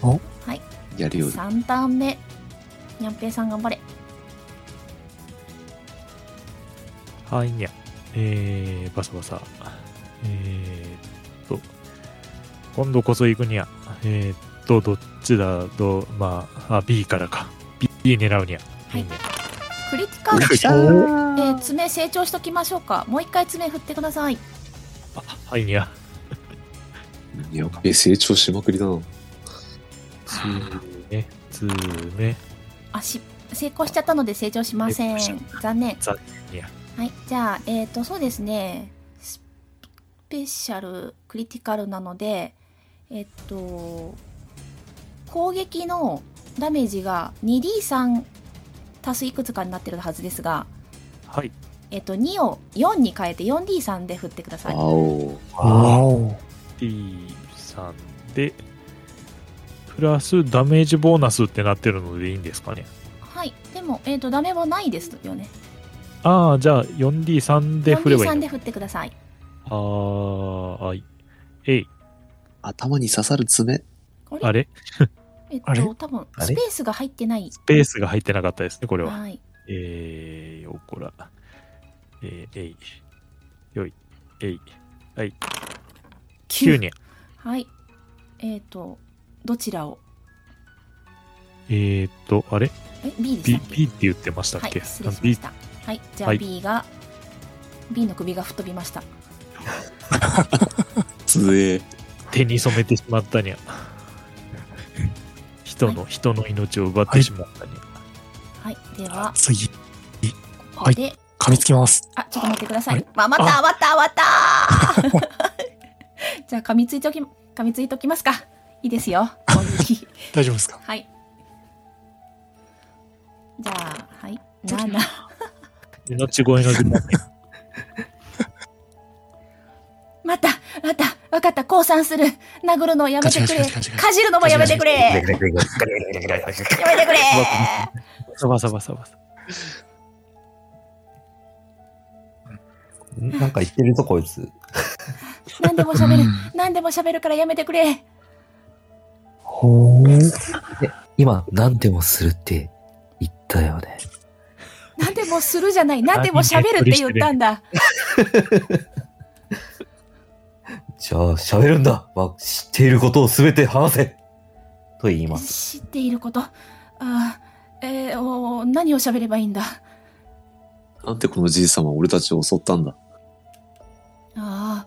Speaker 2: お
Speaker 1: はい。
Speaker 3: やるように。
Speaker 1: 3ターン目。にゃんぺいさん頑張れ。
Speaker 4: はいにゃ。えー、バサバサ。えー、っと、今度こそ行くにゃ。えー、っと、どっちだど、まあ、あ、B からか。B, B 狙うにゃ。
Speaker 1: はい
Speaker 4: B にゃ
Speaker 1: クリティカル。えー爪成長しときましょうか。もう一回爪振ってください。
Speaker 4: あはいにゃ。
Speaker 3: やっべ、成長しまくりだな。
Speaker 4: ね、つめ、
Speaker 1: あ、し成功しちゃったので成長しません
Speaker 4: 成功し。
Speaker 1: 残念。
Speaker 4: ざにゃ。
Speaker 1: はい。じゃあ、えっ、と、そうですね。スペシャル、クリティカルなので、えっと、攻撃のダメージが 2D3 足すいくつかになってるはずですが、
Speaker 4: はい。
Speaker 1: えっと、2を4に変えて 4D3 で振ってください。
Speaker 3: 青。
Speaker 2: わお。
Speaker 4: D さんで、プラスダメージボーナスってなってるのでいいんですかね。
Speaker 1: はい。でも、えっと、ダメはないですよね。
Speaker 4: ああ、じゃあ 4D3 で振ればいい
Speaker 1: 4D3
Speaker 4: の
Speaker 1: で振ってください。
Speaker 4: ああ、はい。えい、
Speaker 3: 頭に刺さる爪。
Speaker 1: あれ
Speaker 4: あれ
Speaker 1: えっ
Speaker 2: あれ
Speaker 1: と、多分、
Speaker 5: あ
Speaker 1: ス
Speaker 5: れ
Speaker 1: ペースが入ってない。
Speaker 4: スペースが入ってなかったですね、これは。
Speaker 1: はい。
Speaker 4: えー、よこら。えー、えい。よい。えい。9。にゃ。
Speaker 1: はい。えっと、どちらを
Speaker 4: えーっと、あれ
Speaker 1: え ?B でした
Speaker 4: ?B
Speaker 1: っ、け
Speaker 4: B って言ってましたっ
Speaker 1: はい、
Speaker 4: け、
Speaker 1: 失礼しま
Speaker 4: ?B
Speaker 1: した。はい、じゃあ
Speaker 4: はい
Speaker 1: B が、B の首が吹っ飛びました。
Speaker 3: 杖。
Speaker 4: 手に染めてしまった にゃ。人の、人の命を奪ってしまったにゃ。
Speaker 1: はい、では、
Speaker 2: 次、
Speaker 1: ここで、
Speaker 2: 噛みつきます。
Speaker 1: あ、ちょっと待ってくださ
Speaker 2: あ
Speaker 1: い
Speaker 2: れ。
Speaker 1: まあ、また、また、また じゃあ、噛みついておき、噛みついておきますか。いいです よ。攻撃
Speaker 2: 大丈夫ですか
Speaker 1: はい。じゃあ、はい、7。
Speaker 4: 命乞いの 時間に。
Speaker 1: また、また、わかった、降参する。殴るのをやめてくれ。
Speaker 2: ガチガチガチガチ
Speaker 1: かじるのもやめてくれ。やめてくれ。
Speaker 4: バサバサバサ。
Speaker 5: なんか言ってるぞ、こいつ。
Speaker 1: 何でも喋る。何でも喋るからやめてくれ。
Speaker 2: ほう。
Speaker 5: 今、何でもするって言ったよね。
Speaker 1: 何でもするじゃない何でも喋るって言ったんだ
Speaker 5: じゃあ、喋るんだ。まあ、知っていることをすべて話せ。と言います。
Speaker 1: 知っていることああえー、お何を喋ればいいんだ
Speaker 3: なんでこのじいさま俺たちを襲ったんだ。
Speaker 1: ああ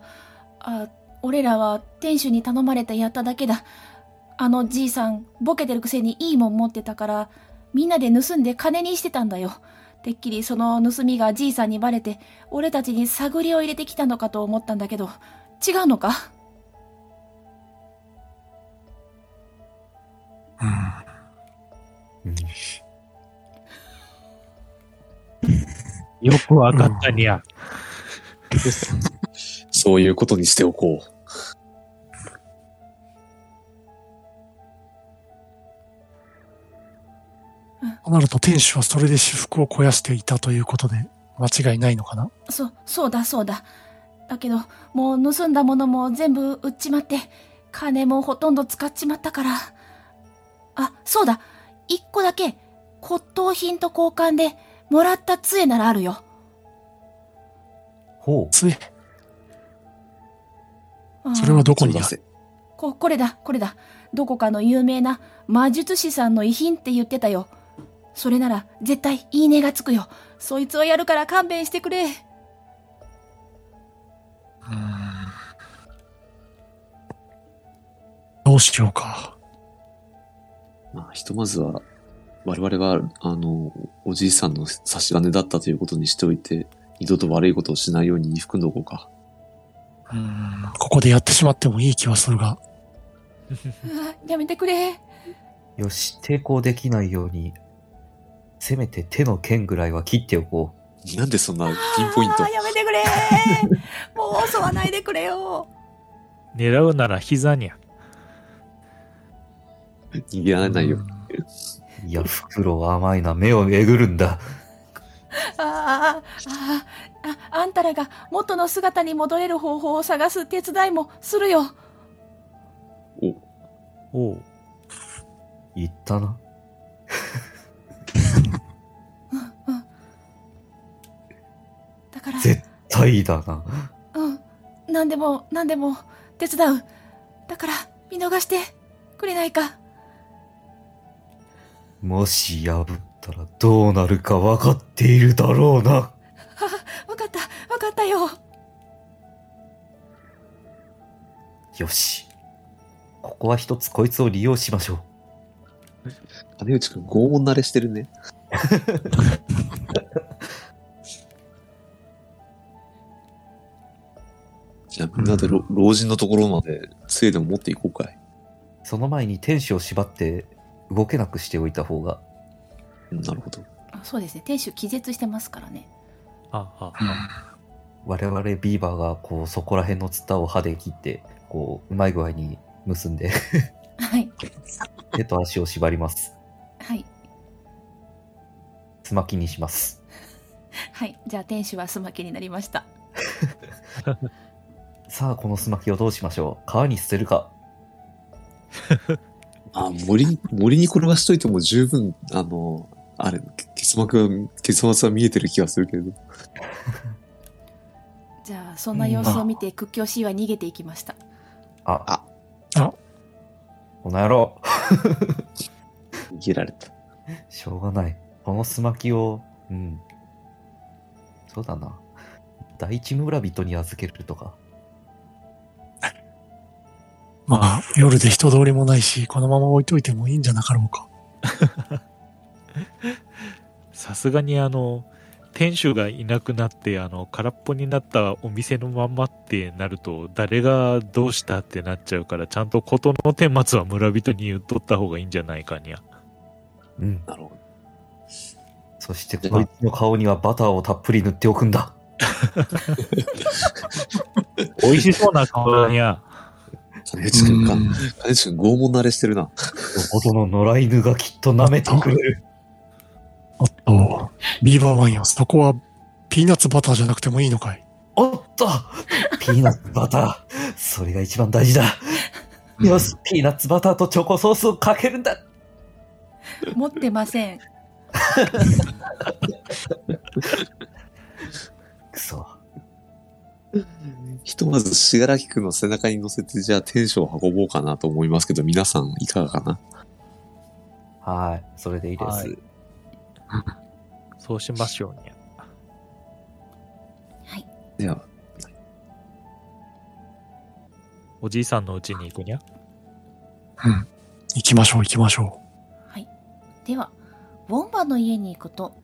Speaker 1: あ俺らは店主に頼まれてやっただけだあのじいさんボケてるくせにいいもん持ってたからみんなで盗んで金にしてたんだよてっきりその盗みがじいさんにバレて俺たちに探りを入れてきたのかと思ったんだけど違うのか
Speaker 2: うん
Speaker 4: よくわかったにゃ。
Speaker 3: そういうことにしておこう。
Speaker 2: となると、店主はそれで私服を肥やしていたということで、間違いないのかな
Speaker 1: そ、そうだそうだ。だけど、もう盗んだものも全部売っちまって、金もほとんど使っちまったから。あ、そうだ。一個だけ、骨董品と交換で、もらった杖ならあるよ。
Speaker 5: ほ
Speaker 2: つえ、
Speaker 1: うん
Speaker 2: それはどこに
Speaker 3: 出
Speaker 2: だ
Speaker 3: せ。
Speaker 1: こ、これだ、これだ。どこかの有名な魔術師さんの遺品って言ってたよ。それなら、絶対、いいねがつくよ。そいつをやるから勘弁してくれ。
Speaker 2: どうしようか。
Speaker 3: まあ、ひとまずは、我々は、あの、おじいさんの差し金だったということにしておいて、二度と悪いことをしないように含んどこうか。
Speaker 2: うんここでやってしまってもいい気はするが、
Speaker 1: うわやめてくれ。
Speaker 5: う。よし、抵抗できないように、せめて手の剣ぐらいは切っておこう。
Speaker 3: なんでそんなピンポイント
Speaker 1: あー。やめて くれもう襲わないでくれよ
Speaker 4: 狙うなら膝にゃ。
Speaker 3: 逃げられないよ。
Speaker 5: いや、袋は甘いな。目をえぐるんだ。
Speaker 1: ああ、ああ、あ、あんたらが元の姿に戻れる方法を探す手伝いもするよ。
Speaker 4: おう
Speaker 5: 言ったな。
Speaker 1: だから、
Speaker 5: 絶対だな。
Speaker 1: うん、何でも何でも手伝う。だから、見逃してくれないか。
Speaker 5: もし破ったらどうなるか分かっているだろうな。
Speaker 1: わかった、わかったよ。
Speaker 5: よし。ここは一つこいつを利用しましょう。
Speaker 3: 金内くん拷問慣れしてる ね。じゃあみんなで老老人のところまで杖でも持っていこうかい。
Speaker 5: その前に天使を縛って動けなくしておいた方が。
Speaker 3: うんなるほど。
Speaker 1: あそうですね、店主気絶してますからね。
Speaker 4: ああ
Speaker 5: 我々ビーバーがこうそこら辺のツタを歯で切って、こううまい具合に結んで
Speaker 1: はい、
Speaker 5: 手と足を縛ります。
Speaker 1: はい、
Speaker 5: つまきにします。
Speaker 1: はい。じゃあ、店主はすまきになりました。
Speaker 5: さあ、このすまきをどうしましょう川に捨てるか。
Speaker 3: あ、森に、森に転がしといても十分、あの、あれ、結膜が、結末は見えてる気がするけれど。
Speaker 1: じゃあ、そんな様子を見て、屈強 C は逃げていきました。
Speaker 5: あ、
Speaker 3: あ
Speaker 2: あ
Speaker 5: この野郎。
Speaker 3: 逃げられた。
Speaker 5: しょうがない。このすまきを、うん。そうだな。第一村人に預けるとか。
Speaker 2: まあ、夜で人通りもないし、このまま置いといてもいいんじゃなかろうか。
Speaker 4: さすがにあの店主がいなくなってあの空っぽになったお店のまんまってなると誰がどうしたってなっちゃうからちゃんと事の顛末は村人に言っとった方がいいんじゃないかにゃ
Speaker 5: うん。
Speaker 3: なるほど。
Speaker 5: そしてこいつの顔にはバターをたっぷり塗っておくんだ。
Speaker 4: 美味しそうな顔だにゃ
Speaker 3: 金内くんか
Speaker 2: う。ん
Speaker 3: 金内くん拷問慣れしてるな。
Speaker 5: よほどの野良犬がきっと舐めてくれる。
Speaker 2: おっと、ビーバーワインよ、そこはピーナッツバターじゃなくてもいいのかい。
Speaker 5: おっとピーナッツバター。それが一番大事だ。よし、ピーナッツバターとチョコソースをかけるんだ。
Speaker 1: 持ってません。
Speaker 5: くそ。
Speaker 3: ひとまず、しがらきくんの背中に乗せて、じゃあテンションを運ぼうかなと思いますけど、皆さんいかがかな
Speaker 5: はい、それでいいです。
Speaker 4: はいそうしましょうにゃ
Speaker 3: では、
Speaker 4: おじいさんの家に行くにゃ
Speaker 2: 行きましょう、行きましょ
Speaker 1: では、ウォンバの家に行くと、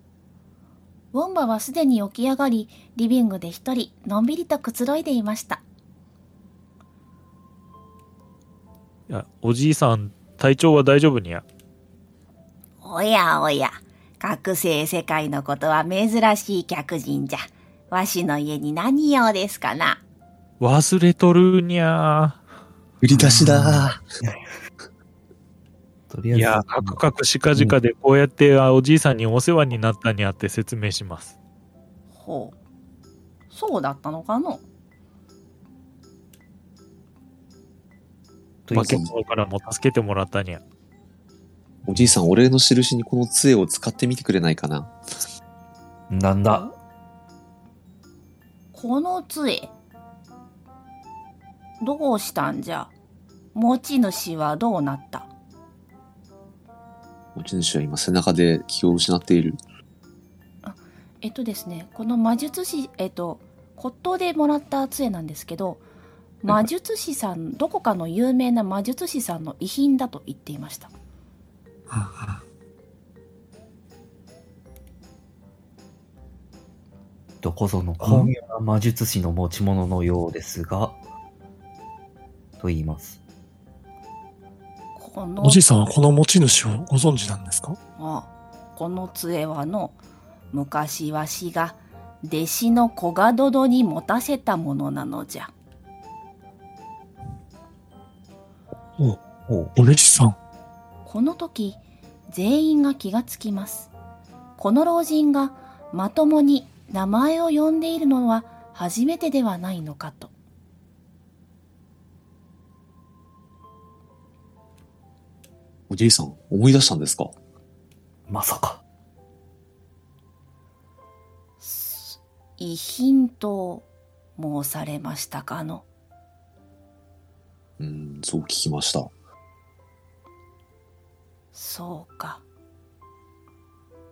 Speaker 1: ウォンバはすでに起き上がり、リビングで一人、のんびりとくつろいでいました。
Speaker 4: いやおじいさん体調は大丈夫にゃ
Speaker 1: おやおや、覚醒世界のことは珍しい客人じゃ。わしの家に何用ですかな。
Speaker 4: 忘れとるにゃ
Speaker 3: 売り出しだ
Speaker 5: とりあえ
Speaker 4: い
Speaker 5: ず、
Speaker 4: やカクカクしかじかでこうやってあおじいさんにお世話になったにゃって説明します
Speaker 1: ほう。そうだったのかの
Speaker 5: という
Speaker 4: 化
Speaker 5: こと
Speaker 4: け
Speaker 5: で
Speaker 4: 物からも助けてもらったにゃ
Speaker 3: おじいさん、お礼の印にこの杖を使ってみてくれないかな
Speaker 5: なんだ。
Speaker 1: この杖。どうしたんじゃ持ち主はどうなった
Speaker 3: 持ち主は今背中で気を失っている。
Speaker 1: えっとですね、この魔術師、えっと、骨董でもらった杖なんですけど、魔術師さん、どこかの有名な魔術師さんの遺品だと言っていました。
Speaker 5: どこぞの巧妙な魔術師の持ち物のようですが、と言います。
Speaker 1: こ
Speaker 2: う。
Speaker 1: の
Speaker 2: おじいさんはこの持ち主をご存知なんですか
Speaker 1: ああこの杖はの昔わしが弟子の小賀殿に持たせたものなのじゃ
Speaker 5: おう
Speaker 2: お弟子さん。
Speaker 1: この時全員が気がつきますこの老人がまともに名前を呼んでいるのは初めてではないのかと
Speaker 3: おじいさん、思い出したんですか
Speaker 5: まさか。
Speaker 1: す遺品と申されましたかの
Speaker 3: うん、そう聞きました。
Speaker 1: そうか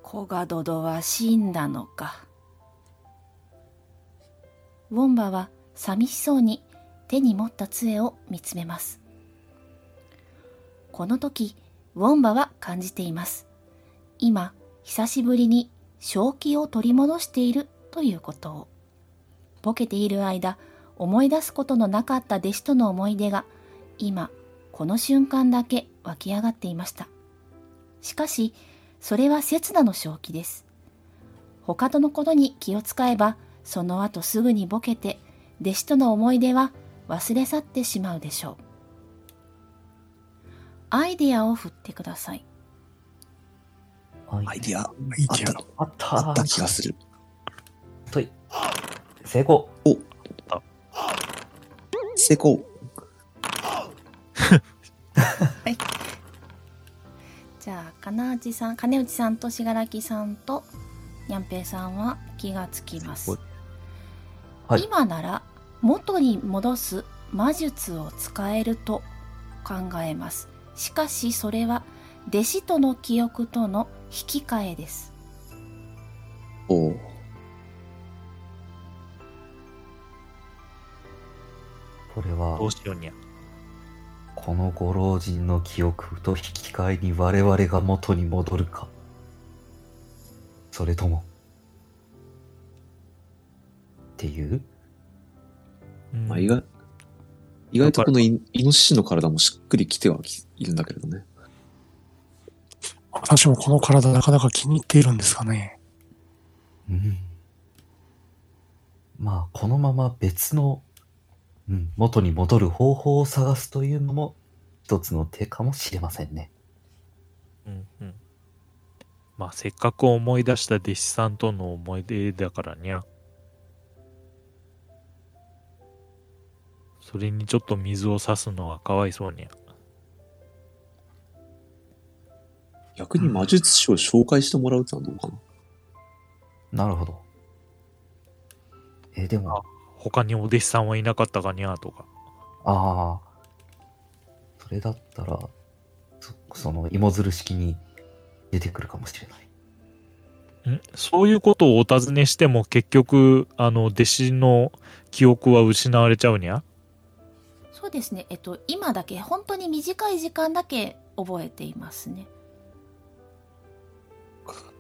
Speaker 1: コガドドは死んだのかウォンバは寂しそうに手に持った杖を見つめますこの時ウォンバは感じています今久しぶりに正気を取り戻しているということをボケている間思い出すことのなかった弟子との思い出が今この瞬間だけ湧き上がっていましたしかしそれは刹那の正気です他とのことに気を使えばその後すぐにボケて弟子との思い出は忘れ去ってしまうでしょうアイデアを振ってください
Speaker 5: は
Speaker 3: ア
Speaker 5: い
Speaker 3: イディア、
Speaker 2: いい
Speaker 3: あっ
Speaker 2: け
Speaker 3: た
Speaker 2: ど
Speaker 3: の、
Speaker 5: あったー
Speaker 3: あった気がする。
Speaker 5: とい。成功。
Speaker 3: 成功。
Speaker 1: じゃあ金内さん金内さんと信楽さんとにゃんぺいさんは気がつきます、
Speaker 5: はい
Speaker 1: 今なら元に戻す魔術を使えると考えますしかしそれは弟子との記憶との引き換えです
Speaker 3: おう
Speaker 5: これは
Speaker 4: ど、うしようにゃ。
Speaker 5: このご老人の記憶と引き換えに我々が元に戻るか。それとも。っていう
Speaker 6: うん
Speaker 3: まあ、意外、意外とこのイイノシシの体もしっくりきてはきいるんだけれどね。
Speaker 2: 私もこの体なかなか気に入っているんですかね。
Speaker 5: うんまあ、このまま別の、うん、元に戻る方法を探すというのも一つの手かもしれませんね。
Speaker 4: うんうん。まあ、せっかく思い出した弟子さんとの思い出だからにゃ。それにちょっと水を差すのはかわいそうにゃ。
Speaker 3: 逆に魔術師を紹介してもらうってのはどうかな。
Speaker 5: なるほど。え、でも、
Speaker 4: 他にお弟子さんはいなかったかにゃとか。
Speaker 5: ああ、それだったら、そその芋づる式に出てくるかもしれない。
Speaker 4: んそういうことをお尋ねしても結局、あの、弟子の記憶は失われちゃうにゃ
Speaker 1: そうですねえっと今だけ本当に短い時間だけ覚えていますね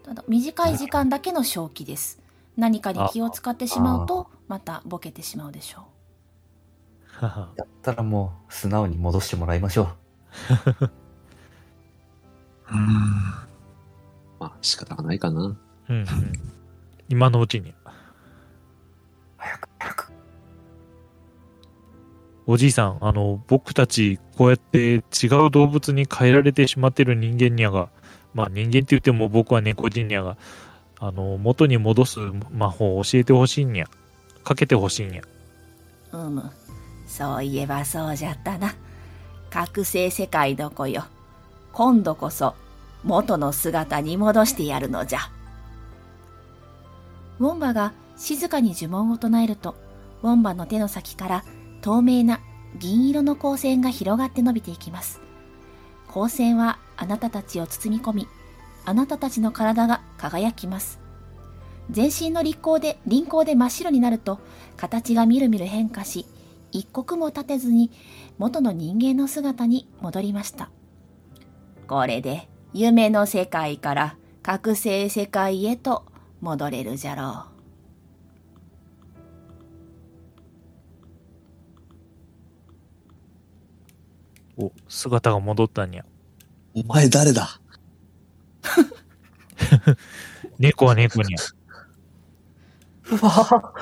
Speaker 1: ただ短い時間だけの正気です何かに気を使ってしまうとまたボケてしまうでしょう
Speaker 4: はは
Speaker 5: だったらもう、素直に戻してもらいましょう。
Speaker 2: うん。
Speaker 3: まあ、仕方がないかな。
Speaker 4: うんうん。今のうちに。
Speaker 5: 早く、早く。
Speaker 4: おじいさん、あの、僕たち、こうやって違う動物に変えられてしまってる人間にゃが、まあ人間って言っても僕は猫人にゃが、あの、元に戻す魔法を教えてほしいにゃ。かけてほしいにゃ。
Speaker 1: うむそういえばそうじゃったな覚醒世界の子よ今度こそ元の姿に戻してやるのじゃウォンバが静かに呪文を唱えるとウォンバの手の先から透明な銀色の光線が広がって伸びていきます光線はあなたたちを包み込みあなたたちの体が輝きます全身の立光で輪光で真っ白になると形がみるみる変化し一刻も経てずに元の人間の姿に戻りましたこれで夢の世界から覚醒世界へと戻れるじゃろ
Speaker 4: お、姿が戻ったにゃ。
Speaker 3: お前誰だ
Speaker 4: 猫は猫にゃ。
Speaker 5: うわ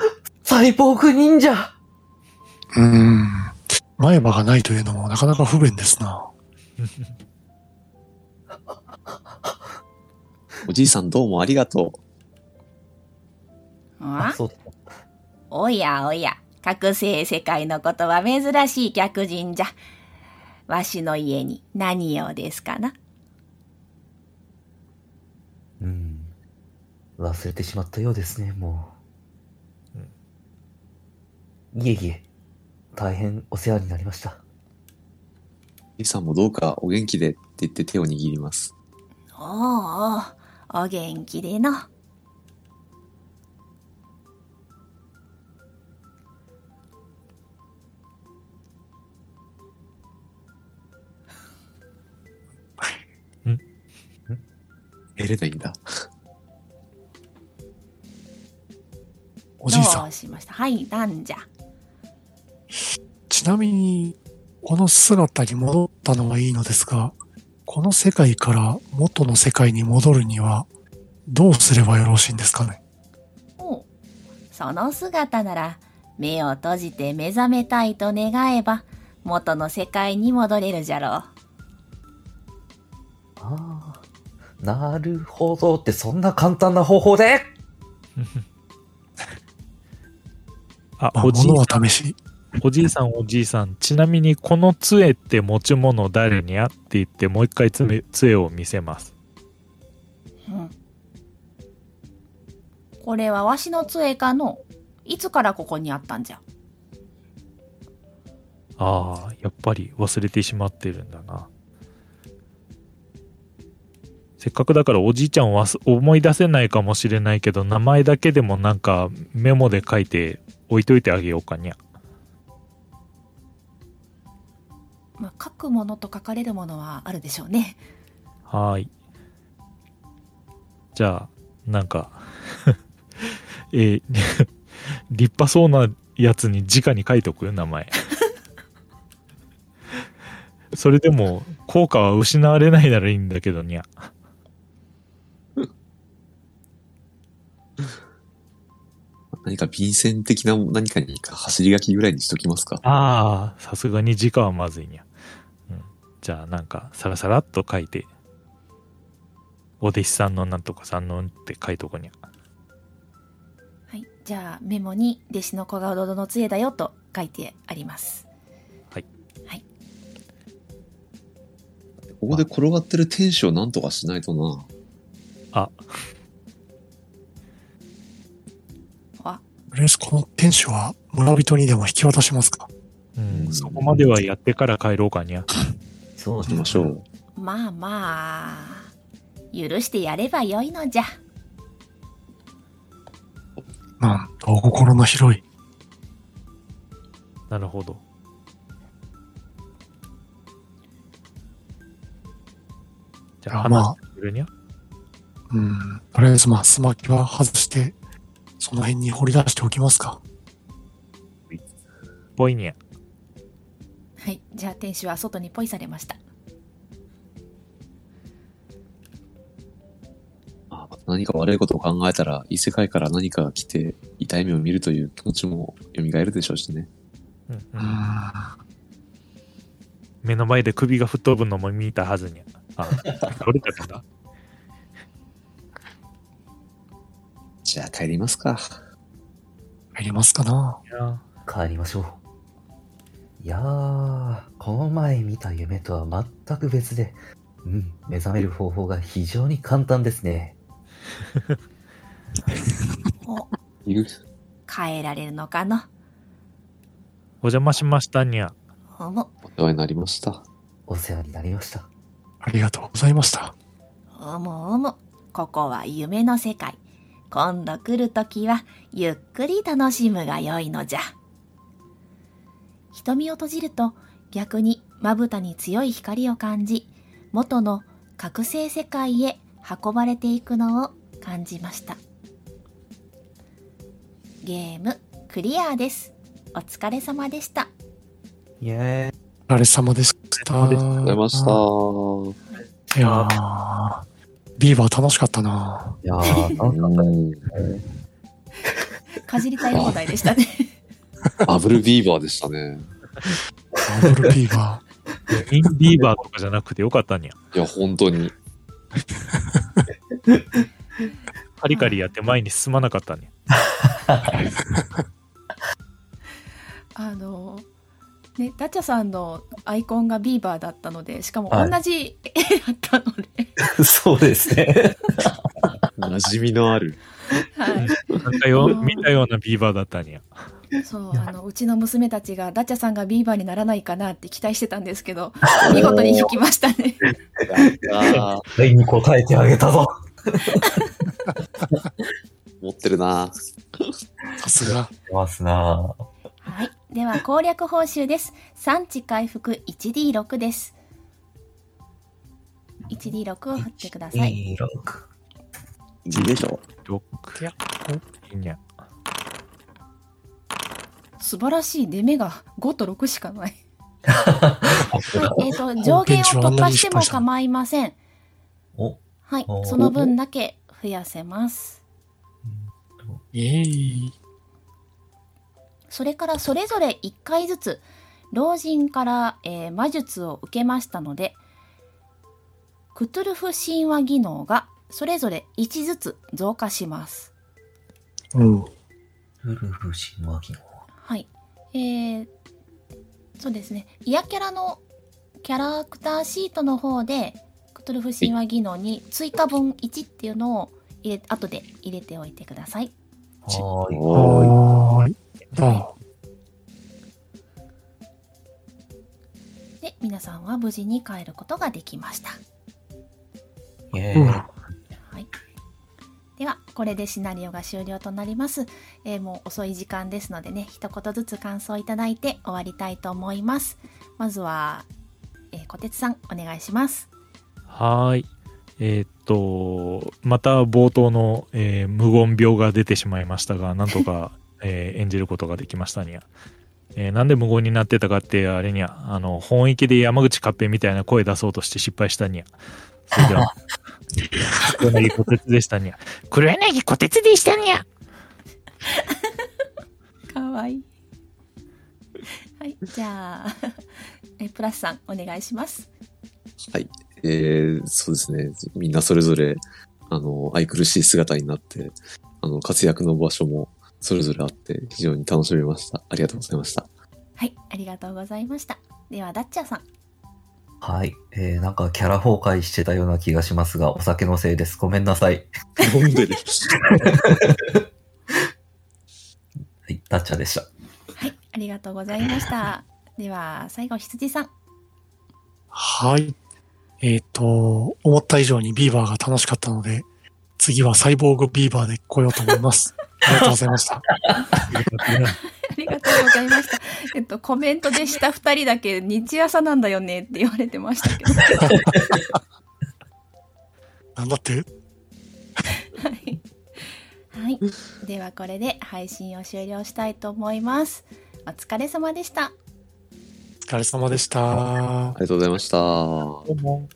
Speaker 5: サイボーグ忍者
Speaker 2: うん。前歯がないというのもなかなか不便ですな。
Speaker 3: おじいさんどうもありがと
Speaker 7: あ、
Speaker 1: あ
Speaker 7: そう。
Speaker 1: おやおや、覚醒世界のことは珍しい客人じゃ。わしの家に何用ですかな
Speaker 7: うん。忘れてしまったようですね、もう。いえいえ、大変お世話になりました。
Speaker 3: う。おじいさんもどうかお元気でって言って手を握ります。
Speaker 1: おうおう、お元気での。
Speaker 3: 得れないんだ。
Speaker 2: おじいさ
Speaker 1: ど
Speaker 2: ん、
Speaker 1: うしましたはい、なんじゃ。
Speaker 2: ちなみに、この姿に戻ったのはいいのですが、この世界から元の世界に戻るには、どうすればよろしいんですかね
Speaker 1: おうその姿なら、目を閉じて目覚めたいと願えば、元の世界に戻れるじゃろう。
Speaker 7: ああ、なるほどって、そんな簡単な方法で
Speaker 4: あ、
Speaker 2: まあ、
Speaker 4: おじい
Speaker 2: 物は
Speaker 4: さん
Speaker 2: 試し。
Speaker 4: おじいさん、おじいさん、ちなみにこの杖って持ち物誰にゃって言って、もう一回つめ杖を見せます。
Speaker 1: うんこれはわしの杖かのいつからここにあったんじゃ
Speaker 4: ああ、やっぱり忘れてしまってるんだな。せっかくだからおじいちゃんは思い出せないかもしれないけど、名前だけでもなんかメモで書いて置いといてあげようかにゃ。
Speaker 1: まあ、書くものと書かれるものはあるでしょうね。
Speaker 4: はーい。じゃあ、なんか、 え ー立派そうなやつに直に書いとく名前。 それでも、効果は失われないならいいんだけどにゃ。
Speaker 3: 何か便箋的な何かにか走り書きぐらいにしときますか。
Speaker 4: ああ、さすがに直はまずいにゃ。うん、じゃあ、なんか、さらさらっと書いて、お弟子さんのなんとかさんのんって書いとこにゃ。
Speaker 1: はい、じゃあメモに弟子の小顔殿の杖だよと書いてあります。
Speaker 3: ここで転がってる天使を何とかしないとな。
Speaker 1: あ、
Speaker 2: とりあえずこの天使は村人にでも引き渡しますか
Speaker 4: うん、そこまではやってから帰ろうかにゃ。
Speaker 7: そう
Speaker 3: しましょう。
Speaker 1: まあまあ許してやればよいのじゃ。
Speaker 2: なんとお心の広い。
Speaker 4: なるほど。じゃあ、
Speaker 2: まあ
Speaker 4: 話してくれにゃ
Speaker 2: うん。とりあえずまあ、スマキは外して、その辺に掘り出しておきますか。
Speaker 4: ぽいにゃ。
Speaker 1: はい、じゃあ天使は外にポイされました。
Speaker 3: あ何か悪いことを考えたら、異世界から何かが来て、痛い目を見るという気持ちも蘇るでしょうしね。
Speaker 4: うんう
Speaker 2: うんん。
Speaker 4: 目の前で首が吹っ飛ぶのも見たはずにゃ。あ、 倒れたかな
Speaker 3: じゃあ帰りますか。
Speaker 2: 入りますかない
Speaker 4: や
Speaker 7: 帰りましょう。いやー、この前見た夢とは全く別で、うん、目覚める方法が非常に簡単ですね。
Speaker 1: お、
Speaker 3: いる
Speaker 1: 変えられるのかの。
Speaker 4: お邪魔しましたにゃ。
Speaker 1: おも
Speaker 3: お世話になりました。
Speaker 7: お世話になりました。
Speaker 2: ありがとうございました。
Speaker 1: おもおも、ここは夢の世界。今度来るときは、ゆっくり楽しむがよいのじゃ。瞳を閉じると、逆にまぶたに強い光を感じ、元の覚醒世界へ運ばれていくのを感じました。ゲーム、クリアです。お疲れ様でした。
Speaker 7: イェーイ。
Speaker 2: お疲れ様でした。
Speaker 4: お
Speaker 3: あ
Speaker 4: 疲れ
Speaker 3: りがとうございまし
Speaker 2: いやービーバー楽しかったない
Speaker 7: やー、
Speaker 3: た。うん
Speaker 1: かじりたい放題でしたね。
Speaker 3: バブルビーバーでしたね。
Speaker 2: ダブルビーバ
Speaker 4: インビーバーとかじゃなくてよかったにゃ。
Speaker 3: いや、本当に。
Speaker 4: カリカリやって前に進まなかったね。
Speaker 1: あのね、ダチャさんのアイコンがビーバーだったのでしかも
Speaker 7: はい
Speaker 1: 同じ絵だったので、
Speaker 7: そうですね。
Speaker 3: 馴染みのある。
Speaker 1: はい、
Speaker 4: なんかよ見たようなビーバーだったにゃ。
Speaker 1: そうあのうちの娘たちがダチャさんがビーバーにならないかなって期待してたんですけど見事に引きましたね
Speaker 3: あー
Speaker 7: 題に答えてあげたぞ。
Speaker 3: 持ってるな。
Speaker 2: さす が。
Speaker 7: ますなぁ
Speaker 1: はいでは攻略報酬です産地回復 1D6 です 1D6 を振ってください
Speaker 7: いい6。
Speaker 3: でしょ。
Speaker 4: ロックや。いいにゃ。
Speaker 1: 素晴らしい出目が5と6しか ないはい、えっ、と、上
Speaker 2: 本
Speaker 1: 限
Speaker 2: 編
Speaker 1: を
Speaker 2: 中あん
Speaker 1: 突
Speaker 2: な
Speaker 1: 破
Speaker 2: に
Speaker 1: して
Speaker 2: 失
Speaker 1: も
Speaker 2: 敗したの
Speaker 1: 構いません。
Speaker 7: お、
Speaker 1: はい
Speaker 7: お、ー
Speaker 1: その分だけ増やせます。
Speaker 2: えい。
Speaker 1: それからそれぞれ1回ずつ、老人から、えー魔術を受けましたので、クトゥルフ神話技能がそれぞれ1ずつ増加します。
Speaker 2: うん。
Speaker 7: ウルフ神話技能。
Speaker 1: はい。えー、そうですね。イヤキャラのキャラクターシートの方で、クトゥルフ神話技能に追加分1っていうのを入れ後で入れておいてください。
Speaker 7: はーい。
Speaker 3: おー
Speaker 2: はーい。あ
Speaker 1: で、皆さんは無事に帰ることができました。
Speaker 7: イェ
Speaker 2: ーうん。
Speaker 7: ー
Speaker 2: あ
Speaker 1: はい。では、これでシナリオが終了となります。えーもう遅い時間ですのでね、一言ずつ感想いただいて終わりたいと思います。まずは、えー、小鉄さん、お願いします。
Speaker 4: はーい。えーっと、また冒頭の、えー無言病が出てしまいましたが、なんとか、えー演じることができましたにゃ。えーなんで無言になってたかって、あれにゃ、あの、本域で山口勝平みたいな声出そうとして失敗したにゃ。それでは、黒柳小鉄でしたにゃ。黒柳小鉄でしたにゃ。
Speaker 1: かわいい。はい、じゃあ、 えープラスさん、お願いします。
Speaker 3: えーそうですね。みんなそれぞれ、あの、愛くるしい姿になって、あの、活躍の場所もそれぞれあって、非常に楽しめました。ありがとうございま した。
Speaker 1: はい、ありがとうございました。では、ダッチャーさん。
Speaker 7: はい。えー、なんかキャラ崩壊してたような気がしますが、お酒のせいです。ごめんなさい。
Speaker 3: 飲んでる。
Speaker 7: はい、ダッチャでした。
Speaker 1: はい、ありがとうございました。では、最後、羊さん。
Speaker 2: はい。えっ、と、思った以上にビーバーが楽しかったので、次はサイボーグビーバーで来ようと思います。ありがとうございました。
Speaker 1: ありがとうございました。 えっと、コメントでした2人だけ日朝なんだよねって言われてましたけど。は
Speaker 2: なんだって
Speaker 1: い。はい。では、これで配信を終了したいと思います。お疲れ様でした。
Speaker 2: お疲れ様でした
Speaker 3: あ。りがとうございました。
Speaker 4: どうも